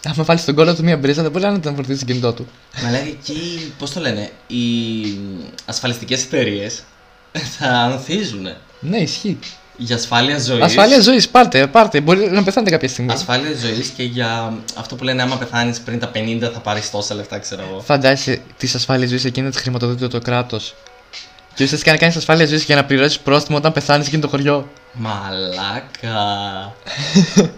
S2: άμα βάλει στον κόλλο του μία μπρίζα, δεν μπορεί να τον φορτίσει το κινητό του.
S1: Μαλάκα εκεί, πώς το λένε, οι ασφαλιστικές εταιρείες θα ανθίζουν
S2: Ναι, ισχύει.
S1: για ασφάλεια ζωής.
S2: Ασφάλεια ζωής, πάρτε, πάρτε. Μπορεί να πεθάνετε κάποια στιγμή.
S1: Ασφάλεια ζωής και για αυτό που λένε, άμα πεθάνεις πριν τα 50 θα πάρεις τόσα λεφτά, ξέρω εγώ.
S2: Φαντάζεσαι τις ασφάλεια ζωή εκείνη τη χρηματοδοτεί το κράτος. Και ουσιαστικά να κάνεις ασφάλεια ζωής για να πληρώσεις πρόστιμο όταν πεθάνεις εκείνο το χωριό.
S1: Μαλάκα.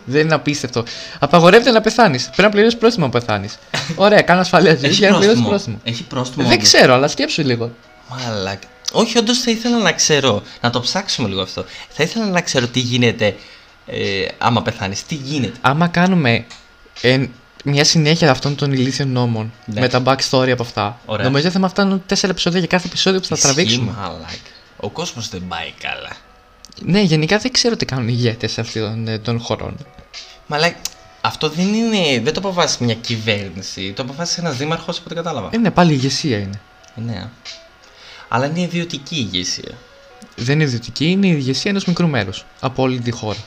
S2: Δεν είναι απίστευτο. Απαγορεύεται να πεθάνεις. Πρέπει να πληρώσεις πρόστιμο αν πεθάνεις. Ωραία, κάνω ασφαλεία ζωής για να πληρώσεις πρόστιμο.
S1: Έχει πρόστιμο.
S2: Δεν
S1: όντως.
S2: ξέρω, αλλά σκέψου λίγο.
S1: Μαλάκα. Όχι, όντως θα ήθελα να ξέρω. Να το ψάξουμε λίγο αυτό. Θα ήθελα να ξέρω τι γίνεται ε, άμα πεθάνεις. Τι γίνεται.
S2: Άμα κάνουμε ε, μια συνέχεια αυτών των ηλίθιων νόμων
S1: Ναι.
S2: με τα backstory από αυτά,
S1: Ωραία.
S2: νομίζω ότι θα μα φτάνουν 4 επεισόδια για κάθε επεισόδιο που θα
S1: Ισχύει,
S2: τραβήξουμε.
S1: Μαλάκα. Ο κόσμος δεν πάει καλά.
S2: Ναι, γενικά δεν ξέρω τι κάνουν οι ηγέτες αυτών ε, των χωρών.
S1: Μαλάκα. Αυτό δεν είναι. Δεν το αποφάσισε μια κυβέρνηση. Το αποφάσισε ένας δήμαρχος από ό,τι κατάλαβα.
S2: Ε, ναι, πάλι ηγεσία είναι.
S1: Ναι. Αλλά είναι ιδιωτική ηγεσία.
S2: Δεν είναι ιδιωτική, είναι η ηγεσία ενός μικρού μέρους από όλη τη χώρα.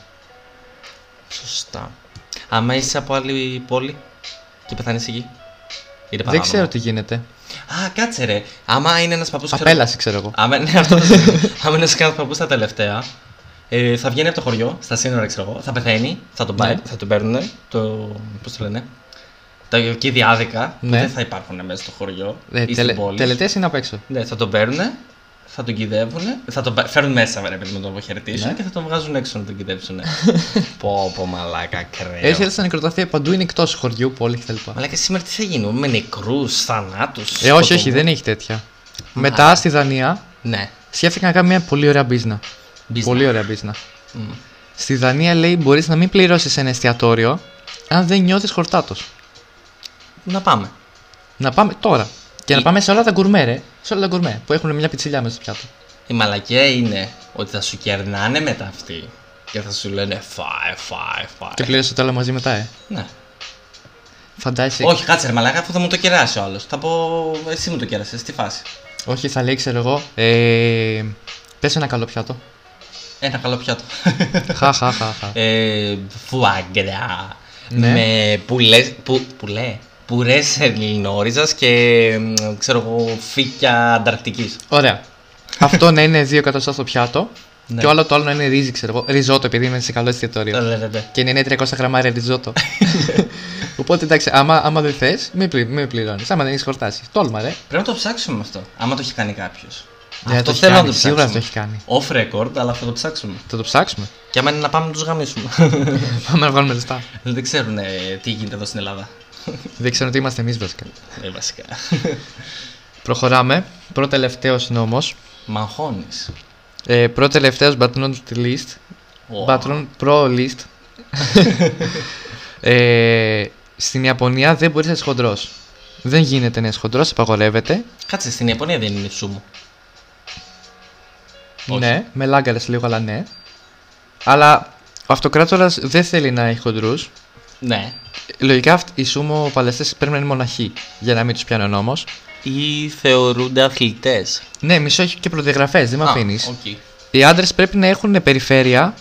S1: Σωστά. Άμα είσαι από άλλη πόλη και πεθάνεις εκεί. Είναι
S2: Δεν
S1: παράνομο.
S2: ξέρω τι γίνεται.
S1: Α, κάτσε ρε. Άμα είναι ένας παππούς.
S2: Απέλασε, ξέρω εγώ.
S1: Άμα, ναι, αυτό θα σου πω. Άμα είναι ένας παππού τα τελευταία, ε, θα βγαίνει από το χωριό, στα σύνορα, ξέρω εγώ, θα πεθαίνει, θα τον, πάει,
S2: Ναι.
S1: θα τον παίρνουν. Το, Πώς το λένε. Τα εκεί διάδικα που
S2: Ναι.
S1: δεν θα υπάρχουν μέσα στο χωριό
S2: Ε,
S1: ή
S2: τελε,
S1: στην πόλη.
S2: Τελετές είναι απ' έξω.
S1: Ναι, θα τον παίρνουν, θα τον κυδεύουν, θα τον πα- φέρουν μέσα ρε παιδί μου, να τον αποχαιρετήσουν
S2: Ναι.
S1: και θα τον βγάζουν έξω να τον κυδέψουν. πω, πω, μαλάκα, κρέα.
S2: Έτσι, έτσι τα Ε, νεκροταφεία παντού είναι εκτός χωριού, πόλη κτλ.
S1: Μαλάκα, σήμερα τι θα γίνουμε, με νεκρούς, θανάτους.
S2: Ε, όχι, όχι, δεν έχει τέτοια. Μετά στη Δανία
S1: Ναι.
S2: σκέφτηκα να κάνω μια πολύ ωραία μπίζνα.
S1: Business.
S2: Πολύ ωραία μπίζνα.
S1: Μμ.
S2: Στη Δανία λέει μπορείς να μην πληρώσεις ένα εστιατόριο αν δεν νιώθεις χορτάτος.
S1: Να πάμε.
S2: Να πάμε τώρα. Και να
S1: Ε.
S2: πάμε σε όλα τα γκουρμέ, ρε. Σε όλα τα γκουρμέ που έχουν μια πιτσιλιά μέσα στο πιάτο.
S1: Η μαλακία είναι ότι θα σου κερνάνε μετά αυτοί και θα σου λένε φάε, φάε, φάε.
S2: Και πλήρωσε τα όλα μαζί μετά, ε.
S1: Ναι.
S2: Φαντάζεσαι.
S1: Όχι, κάτσε ρε μαλάκα, αφού θα μου το κεράσει ο άλλος. Θα πω εσύ μου το κέρασες, στη φάση.
S2: Όχι, θα λέει, ξέρω εγώ. Ε, πες ένα καλό πιάτο.
S1: Ένα καλό πιάτο.
S2: χα, χα, χα, χα.
S1: ε, φουάγκρα.
S2: Ναι.
S1: Με πουλέ. Που, πουλέ. Πουρές ελληνόριζα και μ, ξέρω εγώ φύκια Ανταρκτικής.
S2: Ωραία. Αυτό να είναι δύο εκατοστά στο πιάτο.
S1: Ναι. Ε,
S2: Και όλο το άλλο να είναι ρύζι, ξέρω εγώ. Ριζότο, επειδή είμαι σε καλό εστιατόριο. Και είναι 300 γραμμάρια ριζότο. Οπότε εντάξει, άμα, άμα δεν θες, με πληρώνεις. Άμα δεν έχεις χορτάσει. Τόλμα, ρε.
S1: Πρέπει να το ψάξουμε αυτό, άμα το έχει κάνει κάποιος.
S2: Ναι,
S1: Αυτό
S2: το έχει
S1: θέλω να
S2: κάνει,
S1: το
S2: Σίγουρα αυτό
S1: ψάξουμε.
S2: έχει κάνει.
S1: Off record, αλλά θα το ψάξουμε.
S2: Θα το ψάξουμε.
S1: Και άμα είναι να πάμε να τους γαμίσουμε.
S2: Πάμε να βγάλουμε λεφτά.
S1: Δεν ξέρουν ε, τι γίνεται εδώ στην Ελλάδα.
S2: Δεν ξέρουν τι είμαστε εμείς βασικά.
S1: Ε, βασικά.
S2: Προχωράμε. Πρώτο-τελευταίο νόμος.
S1: Μαγχώνεις.
S2: Ε, Πρώτο-τελευταίο but not least. Patron Pro List. ε, στην Ιαπωνία δεν μπορείς να είσαι χοντρός. Δεν γίνεται να είσαι χοντρός, απαγορεύεται.
S1: Κάτσε, στην Ιαπωνία δεν είναι ψούμο. Όχι.
S2: Ναι, με λάγκαρες λίγο, αλλά ναι. Αλλά ο αυτοκράτορας δεν θέλει να έχει χοντρούς.
S1: Ναι.
S2: Λογικά αυτ- οι σούμο παλαιστές πρέπει να είναι μοναχοί για να μην τους πιάνει ο νόμος.
S1: Ή θεωρούνται αθλητές.
S2: Ναι, μισό έχει και προδιαγραφές, δεν με αφήνει.
S1: Okay.
S2: Οι άντρες πρέπει να έχουν περιφέρεια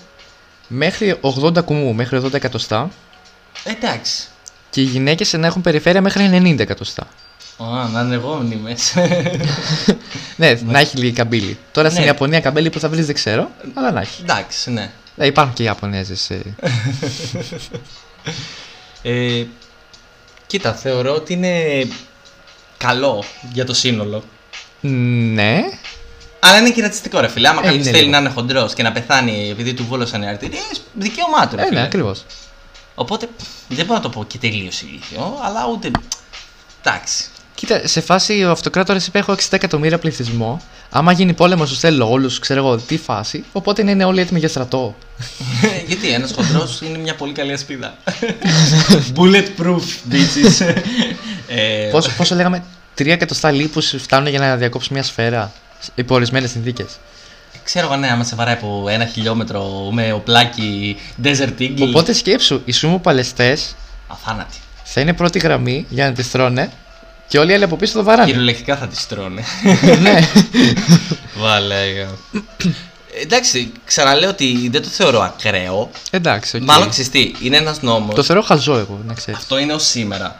S2: μέχρι 80 κουμού, μέχρι 80 εκατοστά.
S1: Εντάξει.
S2: Και οι γυναίκες να έχουν περιφέρεια μέχρι 90 εκατοστά.
S1: Α, να είναι εγώ μέσα.
S2: Ναι, να έχει λίγη καμπύλη. Τώρα στην
S1: Ναι.
S2: Ιαπωνία καμπύλη που θα βρεις δεν ξέρω, αλλά να έχει.
S1: Εντάξει, ναι.
S2: Ε, υπάρχουν και οι Ιαπωνέζε.
S1: Ε, κοίτα, θεωρώ ότι είναι καλό για το σύνολο.
S2: ναι.
S1: Αλλά είναι και ρατσιστικό, ρε φίλε. Άμα
S2: Ε,
S1: κάποιος
S2: είναι
S1: θέλει
S2: λίγο.
S1: να είναι χοντρός και να πεθάνει επειδή του βόλωσαν οι αρτηρίε, δικαίωμά του, ρε
S2: Ε, ναι,
S1: φίλε.
S2: ακριβώς.
S1: Οπότε δεν μπορώ να το πω και τελείως ηλίθιο, αλλά ούτε. Εντάξει.
S2: Κοίτα, σε φάση ο αυτοκράτορας είπε: Έχω 60 εκατομμύρια πληθυσμό. Άμα γίνει πόλεμος, τους θέλω όλους, ξέρω εγώ τι φάση. Οπότε να είναι όλοι έτοιμοι για στρατό.
S1: Γιατί ένας χοντρός είναι μια πολύ καλή ασπίδα. Bulletproof, bitches. ε,
S2: πόσο, πόσο λέγαμε, 3 εκατοστά λίπους φτάνουν για να διακόψουν μια σφαίρα. Υπό ορισμένες συνθήκες.
S1: Ξέρω εγώ, ναι, άμα σε βαράει από ένα χιλιόμετρο με οπλάκι Desert Eagle.
S2: Οπότε σκέψου, οι σούμου παλαιστέ
S1: Αθάνατη.
S2: θα είναι πρώτη γραμμή για να τη τρώνε και όλοι οι άλλοι από πίσω το
S1: Ε.
S2: βαράνε.
S1: Κυριολεκτικά θα τη τρώνε.
S2: ναι.
S1: Βαλέγα. Ε, Εντάξει, ξαναλέω ότι δεν το θεωρώ ακραίο.
S2: Εντάξει, οκ.
S1: Μάλλον ξέρεις τι, είναι ένας νόμος.
S2: Το θεωρώ χαζό εγώ, να ξέρεις.
S1: Αυτό είναι ως σήμερα.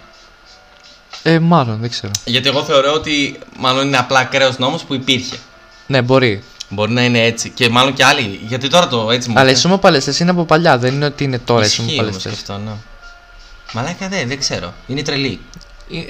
S2: Ε, μάλλον, δεν ξέρω.
S1: Γιατί εγώ θεωρώ ότι μάλλον είναι απλά ακραίος νόμος που υπήρχε.
S2: Ναι, μπορεί.
S1: Μπορεί να είναι έτσι. Και μάλλον και άλλοι. Γιατί τώρα το έτσι μου
S2: Αλλά οι
S1: ήρθε.
S2: σούμο παλαιστέ είναι από παλιά, δεν είναι ότι είναι τώρα οι
S1: Ισχύει
S2: σούμο
S1: όμως
S2: παλαιστέ.
S1: και αυτό, ναι. Μαλάκα δεν, δεν ξέρω. Είναι τρελή.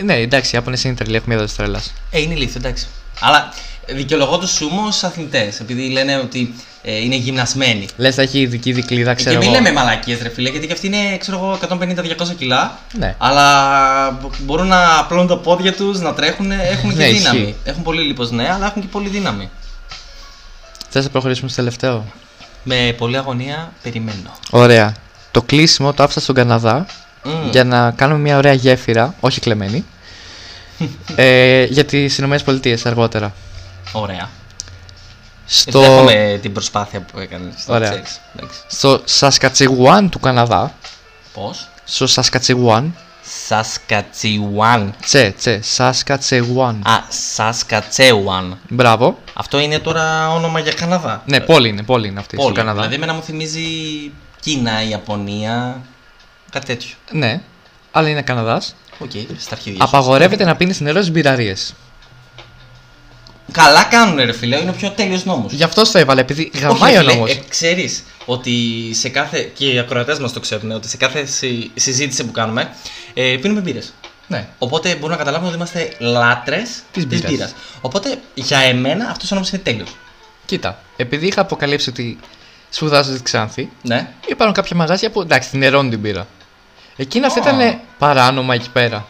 S2: Ναι, εντάξει, οι Άπωνε είναι τρελή, έχουμε εδώ τη τρελά.
S1: Ε, είναι ηλίθιο, εντάξει. Αλλά δικαιολογώ του σούμο αθλητές. Επειδή λένε ότι ε, είναι γυμνασμένοι. Ε,
S2: Λες, θα έχει ειδική δικλίδα,
S1: Και
S2: ξέρω
S1: μην
S2: εγώ.
S1: λέμε μαλακίες, ρε φίλε, γιατί και αυτοί είναι ξέρω εγώ, 150-200 κιλά.
S2: Ναι.
S1: Αλλά μπο- μπορούν να απλώνουν τα πόδια τους, να τρέχουν, έχουν και
S2: Ναι,
S1: δύναμη.
S2: ισχύει.
S1: Έχουν πολύ λίπος, ναι, αλλά έχουν και πολύ δύναμη.
S2: Θες να προχωρήσουμε στο τελευταίο.
S1: Με πολλή αγωνία περιμένω.
S2: Ωραία. Το κλείσιμο το άφησα στον Καναδά
S1: Μμμ.
S2: για να κάνουμε μια ωραία γέφυρα, όχι κλεμμένη, ε, για τις Ηνωμένες Πολιτείες αργότερα.
S1: Ωραία.
S2: Στο,
S1: Το... την προσπάθεια που έκανες.
S2: Ωραία. στο Saskatchewan του Καναδά,
S1: Πώς?
S2: στο Saskatchewan,
S1: Σασκατσιουάν.
S2: τσε, τσε, Saskatchewan.
S1: Α, Σασκατσέουαν.
S2: Μπράβο.
S1: Αυτό είναι τώρα όνομα για Καναδά. Ε,
S2: Ναι, πόλη είναι, πόλη είναι αυτή
S1: Πόλη.
S2: στο Καναδά.
S1: Δηλαδή, εμένα μου θυμίζει Κίνα, Ιαπωνία. Κάτι τέτοιο.
S2: Ναι, αλλά είναι Καναδάς.
S1: Οκ, στα αρχίδια. σου.
S2: Απαγορεύεται να πίνεις νερός στι μπειραρίε.
S1: Καλά κάνουν, ρε φίλε, είναι ο πιο τέλειος νόμος.
S2: Γι' αυτό το έβαλε, επειδή γαμάει ο
S1: ε,
S2: νόμο.
S1: Ξέρεις ότι σε κάθε. και οι ακροατές μας το ξέρουν, ότι σε κάθε συ- συζήτηση που κάνουμε ε, πίνουμε μπύρες.
S2: Ναι.
S1: Οπότε μπορούμε να καταλάβουμε ότι είμαστε λάτρες της
S2: Της μπύρας.
S1: μπύρας. Οπότε για εμένα αυτός ο νόμος είναι τέλειος.
S2: Κοίτα, επειδή είχα αποκαλύψει ότι σπουδάζω στη Ξάνθη,
S1: Ναι.
S2: υπάρχουν κάποια μαγαζιά που εντάξει, την νερώνουν την πύρα. Εκείνα αυτά
S1: Α.
S2: ήταν παράνομα εκεί πέρα.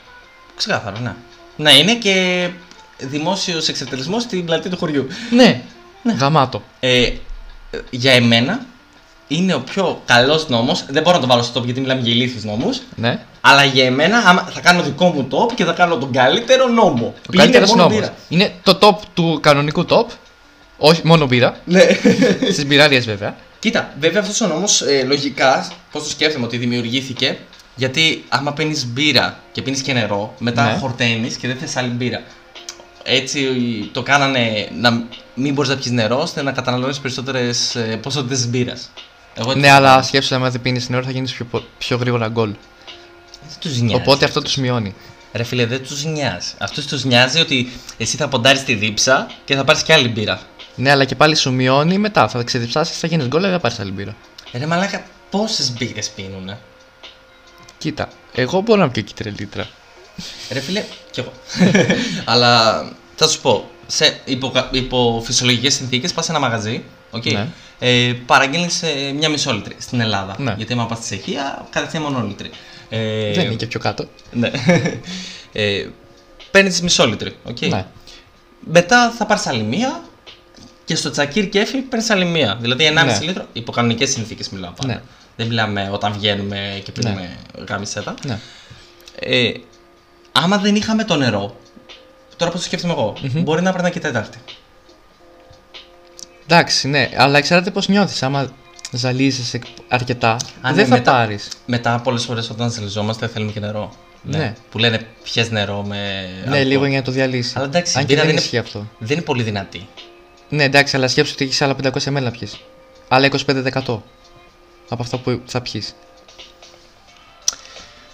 S1: Ξεκάθαρο, ναι. Να είναι και δημόσιος εξευτελισμός στην πλατεία του χωριού.
S2: Ναι, γαμάτο.
S1: Ε, για εμένα είναι ο πιο καλός νόμος. Δεν μπορώ να το βάλω στο top γιατί μιλάμε για ηλίθιους νόμους.
S2: Ναι.
S1: Αλλά για εμένα άμα- θα κάνω δικό μου top και θα κάνω τον καλύτερο νόμο.
S2: Ο καλύτερος
S1: μόνο
S2: νόμος.
S1: μπύρα.
S2: Είναι το top του κανονικού top. Όχι μόνο μπύρα.
S1: Ναι.
S2: Στις μπειραρίε βέβαια.
S1: Κοίτα, βέβαια αυτός ο νόμος λογικά, πώς το σκέφτομαι ότι δημιουργήθηκε. Γιατί άμα παίρνει μπύρα και πίνεις και νερό, μετά
S2: Ναι.
S1: χορταίνεις και δεν θες άλλη μπύρα. Έτσι το κάνανε να μην μπορείς να πιεις νερό ώστε να ε, καταναλώνεις περισσότερες ποσότητες μπύρας.
S2: Ναι, αλλά σκέψου άμα δεν πίνεις νερό θα γίνεις πιο, πο- πιο γρήγορα γκολ.
S1: Δεν τους νοιάζει.
S2: Οπότε αυτό τους μειώνει.
S1: Ρε φίλε, δεν τους νοιάζει. Αυτό τους νοιάζει ότι εσύ θα ποντάρεις τη δίψα και θα πάρεις και άλλη μπύρα.
S2: Ναι, αλλά και πάλι σου μειώνει μετά. Θα ξεδιψάσεις, θα γίνεις γκολ, αλλά δεν πάρεις άλλη μπύρα.
S1: Ρε μαλάκα, πόσες μπύρες πίνουνε.
S2: Κοίτα, εγώ μπορώ να πιω κίτρινη λίτρα.
S1: Ρε φίλε, κι εγώ. Αλλά θα σου πω, σε υπό, υπό φυσιολογικέ συνθήκες πας σε ένα μαγαζί. Okay.
S2: Ναι.
S1: Ε, παραγγέλνεις, ε, μια μισόλιτρη στην Ελλάδα.
S2: Ναι.
S1: Γιατί άμα πας στη Τσεχία, κατευθείαν μονόλιτρη. Ε,
S2: Δεν είναι και πιο κάτω.
S1: Ναι. ε, Παίρνεις μισόλιτρη. Okay.
S2: Ναι.
S1: Μετά θα πάρεις άλλη μία και στο τσακίρ κέφι παίρνεις άλλη μία. Δηλαδή 1,5
S2: Ναι.
S1: λίτρο. Υπό κανονικέ συνθήκες μιλάω πάντα.
S2: Ναι.
S1: Δεν μιλάμε όταν βγαίνουμε και πίνουμε γάμισέτα.
S2: ναι.
S1: Ε, άμα δεν είχαμε το νερό, τώρα πώ το σκέφτομαι εγώ,
S2: Μμμ.
S1: μπορεί να έπαιρνα και τέταρτη.
S2: Εντάξει, ναι, αλλά εξαρτάται πώς νιώθεις. Άμα ζαλίζεσαι αρκετά,
S1: Α,
S2: δεν
S1: ναι,
S2: θα
S1: μετά-
S2: πάρεις.
S1: Μετά πολλές φορές όταν ζελιζόμαστε θέλουμε και νερό.
S2: Ναι.
S1: Που λένε πιες νερό με.
S2: Ναι,
S1: αλκοόλ».
S2: λίγο για να το διαλύσει.
S1: Ε, Αλλά εντάξει,
S2: Αν
S1: η
S2: και
S1: μπύρα
S2: δεν
S1: δεν
S2: ισχύει αυτό.
S1: Δεν είναι πολύ δυνατή.
S2: Ναι, εντάξει, αλλά σκέψου ότι έχεις άλλα 500 ml να πιεις. Άλλα 25% από αυτά που θα πιεις.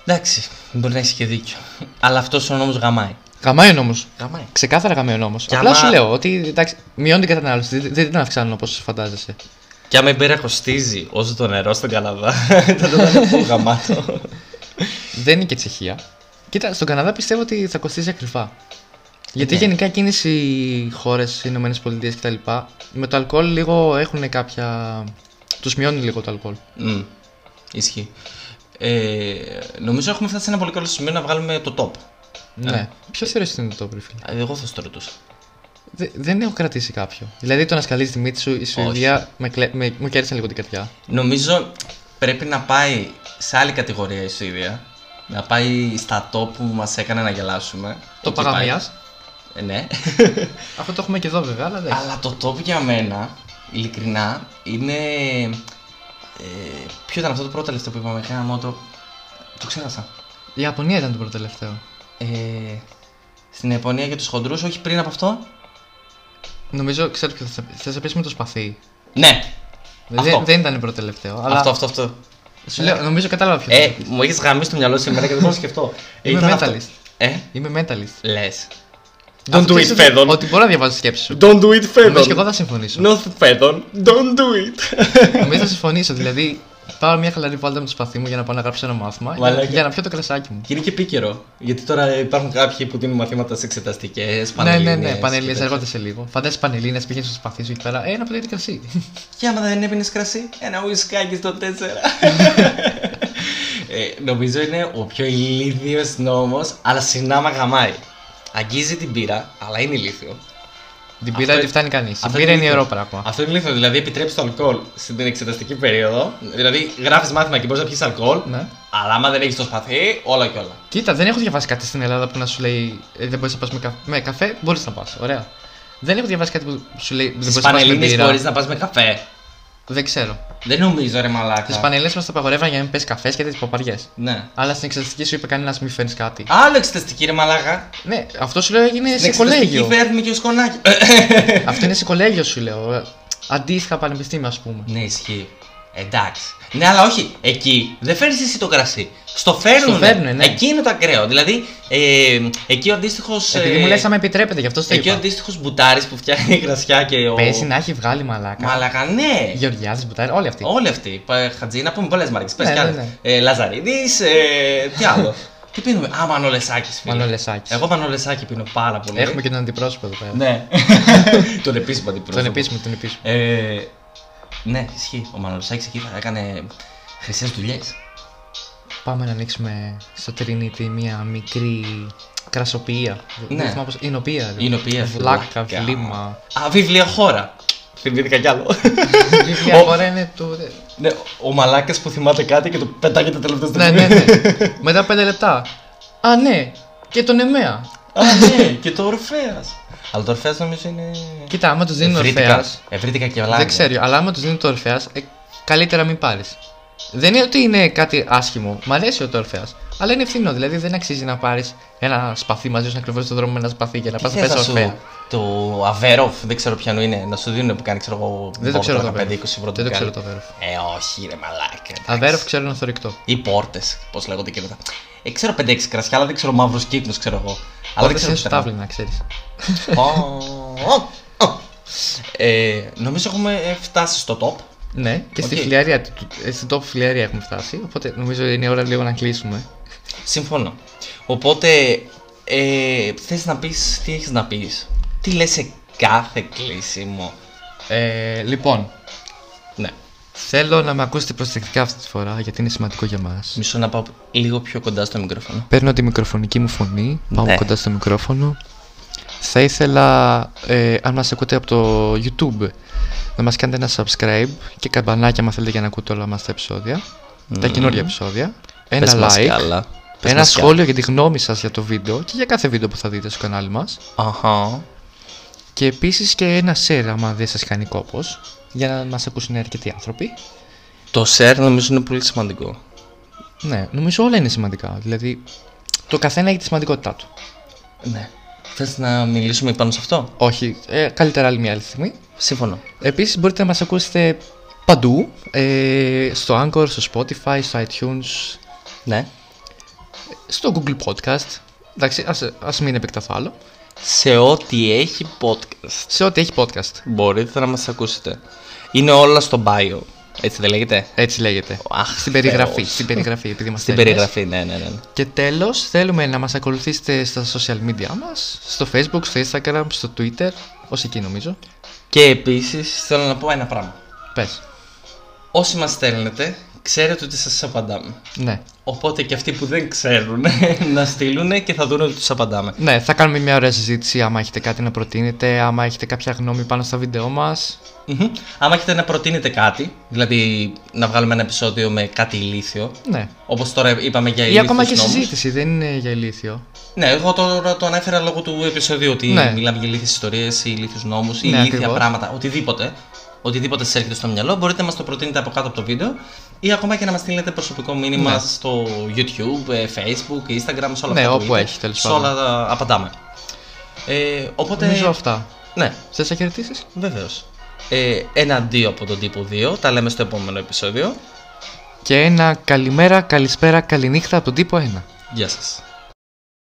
S1: Εντάξει, μπορεί να έχεις και δίκιο. Αλλά αυτός ο νόμος γαμάει.
S2: Γαμάει όμω.
S1: Γαμάει.
S2: Ξεκάθαρα γαμμένο όμω.
S1: Και
S2: Απλά
S1: άμα-
S2: σου λέω ότι εντάξει, μειώνει την κατανάλωση. Δεν, δεν την αυξάνουν όπως φαντάζεσαι.
S1: Και άμα η μπύρα κοστίζει όσο το νερό στον Καναδά, τότε θα είναι πολύ γαμάτο.
S2: Δεν είναι και Τσεχία. Κοίτα, στον Καναδά πιστεύω ότι θα κοστίζει ακριβά. Γιατί
S1: Ναι.
S2: γενικά εκείνε οι χώρες, οι Ηνωμένες Πολιτείες κτλ. με το αλκοόλ λίγο έχουν κάποια. Τους μειώνει λίγο το αλκοόλ.
S1: Μμ, Ισχύει. Ε, νομίζω έχουμε φτάσει σε ένα πολύ καλό σημείο να βγάλουμε το top.
S2: Ναι. Ποιος θεωρείς ότι είναι το τόπο, φίλε.
S1: Ε, Εγώ θα στο ρωτούσα.
S2: Δε- δεν έχω κρατήσει κάποιο. Δηλαδή το να σκαλίζει τη μύτη σου, η Σουηδία με, κλε... με... μου κέρδισε λίγο την καρδιά.
S1: Νομίζω πρέπει να πάει σε άλλη κατηγορία η Σουηδία. Να πάει στα top που μας έκανε να γελάσουμε.
S2: Το
S1: Εκεί πάει.
S2: παγαμιάς.
S1: Ε, ναι.
S2: Αυτό το έχουμε και εδώ βέβαια, αλλά δεν.
S1: Αλλά το top για μένα, ειλικρινά, είναι. Ε, ποιο ήταν αυτό το πρώτο τελευταίο που είπαμε, ένα μότο. Το ξέχασα.
S2: Η Ιαπωνία ήταν το πρώτο τελευταίο.
S1: Ε, στην Ιαπωνία για τους χοντρούς, όχι πριν από αυτό.
S2: Νομίζω, ξέρω ποιο θα πει. Θα πεις με το σπαθί.
S1: Ναι, Αυτό.
S2: Δεν, δεν ήταν πρώτο τελευταίο. Αλλά
S1: αυτό, αυτό, αυτό.
S2: Σου λέω, νομίζω κατάλαβα ποιο.
S1: Ε, μου έχεις γαμίσει το μυαλό σήμερα και δεν μπορώ να σκεφτώ. Ε,
S2: Είμαι
S1: ήταν αυτό.
S2: mentalist.
S1: Ε,
S2: Είμαι mentalist.
S1: λες.
S2: Αυτό ξέρεις ότι- Ότι μπορώ να διαβάζω σκέψει σου.
S1: Don't do it,
S2: Νομίζω και εγώ θα συμφωνήσω.
S1: No, Φέδων. Don't do it.
S2: Νομίζω θα συμφωνήσω. Δηλαδή, πάω μια χαλαρή βάλτα με το σπαθί μου για να πάω να γράψω ένα μάθημα. για-
S1: Μαλάκα.
S2: Για να πιω το κρασάκι μου.
S1: Και είναι και επίκαιρο. Γιατί τώρα υπάρχουν κάποιοι που δίνουν μαθήματα σε εξεταστικές,
S2: Ναι, ναι,
S1: πανελλήνιες.
S2: ναι, πανελίνε,
S1: και τέτοια.
S2: έρχονται σε λίγο. Φαντάζεσαι πανελίνε, πήγαινες στο σπαθί σου εκεί πέρα. Ε, ένα ποτήρι κρασί.
S1: Και άμα δεν έπινε κρασί, ένα ουισκάκι στο 4. ε, νομίζω είναι ο πιο ηλίθιος νόμος, αλλά συνάμα γαμάει. Αγγίζει την πύρα, αλλά είναι ηλίθιο.
S2: Την πύρα
S1: Αυτό-
S2: δεν τη φτάνει κανείς. Η
S1: αυτό
S2: πύρα είναι
S1: ηλίθιο.
S2: ιερό πράγμα.
S1: Αυτό είναι ηλίθιος, δηλαδή επιτρέπει το αλκοόλ στην εξεταστική περίοδο. Δηλαδή γράφεις μάθημα και μπορείς να πιεις αλκοόλ,
S2: Ναι.
S1: αλλά άμα δεν έχεις το σπαθί, όλα και όλα.
S2: Κοίτα, δεν έχω διαβάσει κάτι στην Ελλάδα που να σου λέει ε, δεν μπορείς να πας με, κα... με καφέ. Μπορείς να πας. Ωραία. Δεν έχω διαβάσει κάτι που σου λέει δεν
S1: Στι
S2: μπορείς να πας με
S1: πανελίνε
S2: μπύρα.
S1: μπορείς να πας με καφέ.
S2: Δεν ξέρω.
S1: Δεν νομίζω, ρε
S2: Στι
S1: μαλάκα.
S2: πανελίνες μας τα απαγορεύαν για να μην πε καφές και τέτοιες παπαριές.
S1: Ναι.
S2: Αλλά στην εξεταστική σου είπε κανένα μην φέρνεις κάτι.
S1: Άλλο εξεταστική, ρε μαλάκα.
S2: Ναι, αυτό σου λέω έγινε σε
S1: Στην εξεταστική
S2: κολέγιο.
S1: φέρνουμε και ο Ε, σκονάκι.
S2: αυτό είναι σε κολέγιο σου λέω. Αντίστοιχα πανεπιστήμια ας πούμε.
S1: Ναι, ισχύει. Εντάξει. Ναι, αλλά όχι. Εκεί δεν φέρνεις εσύ το κρασί. Στο φέρνουν.
S2: Στο φέρνουνε, ναι.
S1: Εκεί είναι το ακραίο. Δηλαδή, ε, εκεί ο αντίστοιχος.
S2: Επειδή μου λες, άμα επιτρέπεται, γι' αυτό το
S1: Εκεί ο
S2: είπα.
S1: αντίστοιχος μπουτάρης που φτιάχνει κρασιά και ο.
S2: Πέσει να έχει βγάλει μαλάκα.
S1: Μαλακα, ναι.
S2: Γεωργιάδης, Μπουτάρη, όλοι αυτοί.
S1: Όλοι αυτοί. Πα- Χατζή, να πούμε πολλές μάρκες. Πες
S2: Ναι,
S1: κι
S2: ναι,
S1: άλλες.
S2: ναι.
S1: Ε, Λαζαρίδης, ε, τι άλλο. τι πίνουμε. Α, Μανολεσάκης.
S2: Μανολεσάκης.
S1: Εγώ Μανολεσάκη πίνω πάρα πολύ.
S2: Έχουμε και τον αντιπρόσωπο εδώ πέρα.
S1: Ναι. τον επίσημο αντιπρόσωπο.
S2: Τον επίσημο, τον επίσημο.
S1: Ε, ναι, ισχύει. Ο Μανολεσάκη εκεί θα έκανε χρυσές δουλειές.
S2: Πάμε να ανοίξουμε στο Trinity μία μικρή κρασοποιία.
S1: Ναι.
S2: Δεν θυμάμαι πώς... Εινοπία. ρε.
S1: Είναι οποία
S2: Βλάκα, βλήμα.
S1: Α, βιβλία χώρα. Θυμήθηκα κι άλλο.
S2: Η αγορά είναι του...
S1: ναι, ο μαλάκας που θυμάται κάτι και το πετάγεται τελευταία
S2: ναι,
S1: στιγμή.
S2: ναι, ναι. Μετά πέντε λεπτά. Α, ναι. Και τον Εμέα.
S1: Α, ναι, και το Ορφαία. Αλλά το Ορφαία νομίζω είναι.
S2: Κοίτα, άμα τους δίνει ο
S1: Ευρύτικα-
S2: Ορφέας,
S1: Ευρύτικα και λάγκα.
S2: Δεν ξέρω, αλλά άμα τους δίνει το Ορφαία, καλύτερα μην πάρεις. Δεν είναι ότι είναι κάτι άσχημο. Μ' αρέσει ο Ορφαία. Αλλά είναι φθηνό. Δηλαδή δεν αξίζει να πάρεις ένα σπαθί μαζί σου να κρυβώσει τον δρόμο με ένα σπαθί και να πα
S1: Τι
S2: να
S1: θες
S2: πέσει
S1: να σου.
S2: Ορφαία.
S1: Το Αβέροφ, δεν ξέρω ποιανού είναι, να σου δίνουν που κάνει, ξέρω εγώ.
S2: Δεν το ξέρω το
S1: 12, 15, 20
S2: Αβέροφ.
S1: ευρώ
S2: Δεν το ξέρω
S1: κάνει.
S2: το Αβέροφ.
S1: Ε, όχι, ρε μαλάκα. εντάξει.
S2: Αβέροφ ξέρω είναι θορυκτό.
S1: Ή πόρτες, πώς λέγονται και μετά. Ε, ξέρω 5-6 κρασιά, αλλά δεν ξέρω μαύρους κύκνου, ξέρω εγώ. Αλλά δεν
S2: Αλλά
S1: ξέρω
S2: είναι
S1: τι
S2: στο
S1: περνάω.
S2: τάβλι να ξέρει.
S1: Ε, νομίζω έχουμε φτάσει στο top.
S2: Ναι, και στη
S1: Οκ.
S2: φιλιαρία, του- του- ε, στην top φιλιαρία έχουμε φτάσει. Οπότε νομίζω είναι η ώρα λίγο να κλείσουμε.
S1: Συμφωνώ. Οπότε, ε, θες να πεις τι έχεις να πεις. τι λες σε κάθε κλείσιμο.
S2: Ε, λοιπόν,
S1: Ναι.
S2: θέλω να με ακούσετε προσεκτικά αυτή τη φορά γιατί είναι σημαντικό για μας.
S1: Μισό να πάω λίγο πιο κοντά στο μικρόφωνο.
S2: Παίρνω τη μικροφωνική μου φωνή, πάω
S1: Ναι.
S2: κοντά στο μικρόφωνο. Θα ήθελα, ε, αν μας ακούτε από το YouTube, να μας κάνετε ένα subscribe και καμπανάκι άμα θέλετε για να ακούτε όλα μας τα επεισόδια, τα
S1: Μμμ.
S2: καινούργια επεισόδια. Ένα
S1: Πες μας
S2: like,
S1: κι άλλα. Πες
S2: ένα
S1: μας κι άλλα.
S2: σχόλιο για τη γνώμη σας για το βίντεο και για κάθε βίντεο που θα δείτε στο κανάλι μας.
S1: Αχα.
S2: Και επίσης και ένα share άμα δεν σας κάνει κόπος, για να μας ακούσουν αρκετοί άνθρωποι.
S1: Το share νομίζω είναι πολύ σημαντικό.
S2: Ναι, νομίζω όλα είναι σημαντικά. Δηλαδή, το καθένα έχει τη σημαντικότητά του.
S1: Ναι. Θες να μιλήσουμε πάνω σε αυτό.
S2: Όχι, ε, καλύτερα άλλη μια άλλη στιγμή.
S1: Σύμφωνο.
S2: Επίσης μπορείτε να μας ακούσετε παντού, ε, στο Anchor, στο Spotify, στο iTunes,
S1: Ναι.
S2: στο Google Podcast. Εντάξει, ας, ας μην επεκταθώ άλλο.
S1: Σε ό,τι έχει podcast.
S2: Σε ό,τι έχει podcast.
S1: Μπορείτε να μας ακούσετε. Είναι όλα στο bio. Έτσι δεν λέγεται.
S2: Έτσι λέγεται.
S1: Αχ,
S2: στην περιγραφή,
S1: θεός.
S2: στην περιγραφή, επειδή είμαστε
S1: Στην
S2: Έλληνες.
S1: περιγραφή, ναι, ναι, ναι.
S2: Και τέλος, θέλουμε να μας ακολουθήσετε στα social media μας, στο facebook, στο instagram, στο twitter, ως εκεί νομίζω.
S1: Και επίσης θέλω να πω ένα πράγμα.
S2: Πες.
S1: Όσοι μας στέλνετε, ξέρετε ότι σας απαντάμε.
S2: Ναι.
S1: Οπότε και αυτοί που δεν ξέρουν να στείλουν και θα δουν ότι τους απαντάμε.
S2: Ναι, θα κάνουμε μια ωραία συζήτηση άμα έχετε κάτι να προτείνετε, άμα έχετε κάποια γνώμη πάνω στα βίντεο μας.
S1: Μμμ. Άμα έχετε να προτείνετε κάτι, δηλαδή να βγάλουμε ένα επεισόδιο με κάτι ηλίθιο,
S2: Ναι.
S1: όπως τώρα είπαμε για
S2: Ή ακόμα και
S1: ηλίθιους νόμους.
S2: συζήτηση, δεν είναι για ηλίθιο.
S1: Ναι, εγώ τώρα το ανέφερα λόγω του επεισοδίου ότι
S2: Ναι.
S1: μιλάμε για ηλίθιες ιστορίες ή ηλίθιους νόμους ή
S2: Ναι,
S1: ηλίθια
S2: ακριβώς.
S1: πράγματα, οτιδήποτε. Οτιδήποτε σας έρχεται στο μυαλό, μπορείτε να μας το προτείνετε από κάτω από το βίντεο ή ακόμα και να μας στείλετε προσωπικό μήνυμα
S2: Ναι.
S1: στο YouTube, ε, Facebook, Instagram, σε όλα
S2: Ναι,
S1: αυτά.
S2: όπου
S1: που είτε.
S2: έχει, τέλος
S1: Σε
S2: πάντων.
S1: όλα τα απαντάμε. Ε, οπότε.
S2: Νομίζω αυτά.
S1: Ναι,
S2: Θες να χαιρετήσεις.
S1: βεβαίως. Ε, ένα δύο από τον τύπο 2, τα λέμε στο επόμενο επεισόδιο.
S2: Και ένα καλημέρα, καλησπέρα, καληνύχτα από τον τύπο 1.
S1: Γεια σας.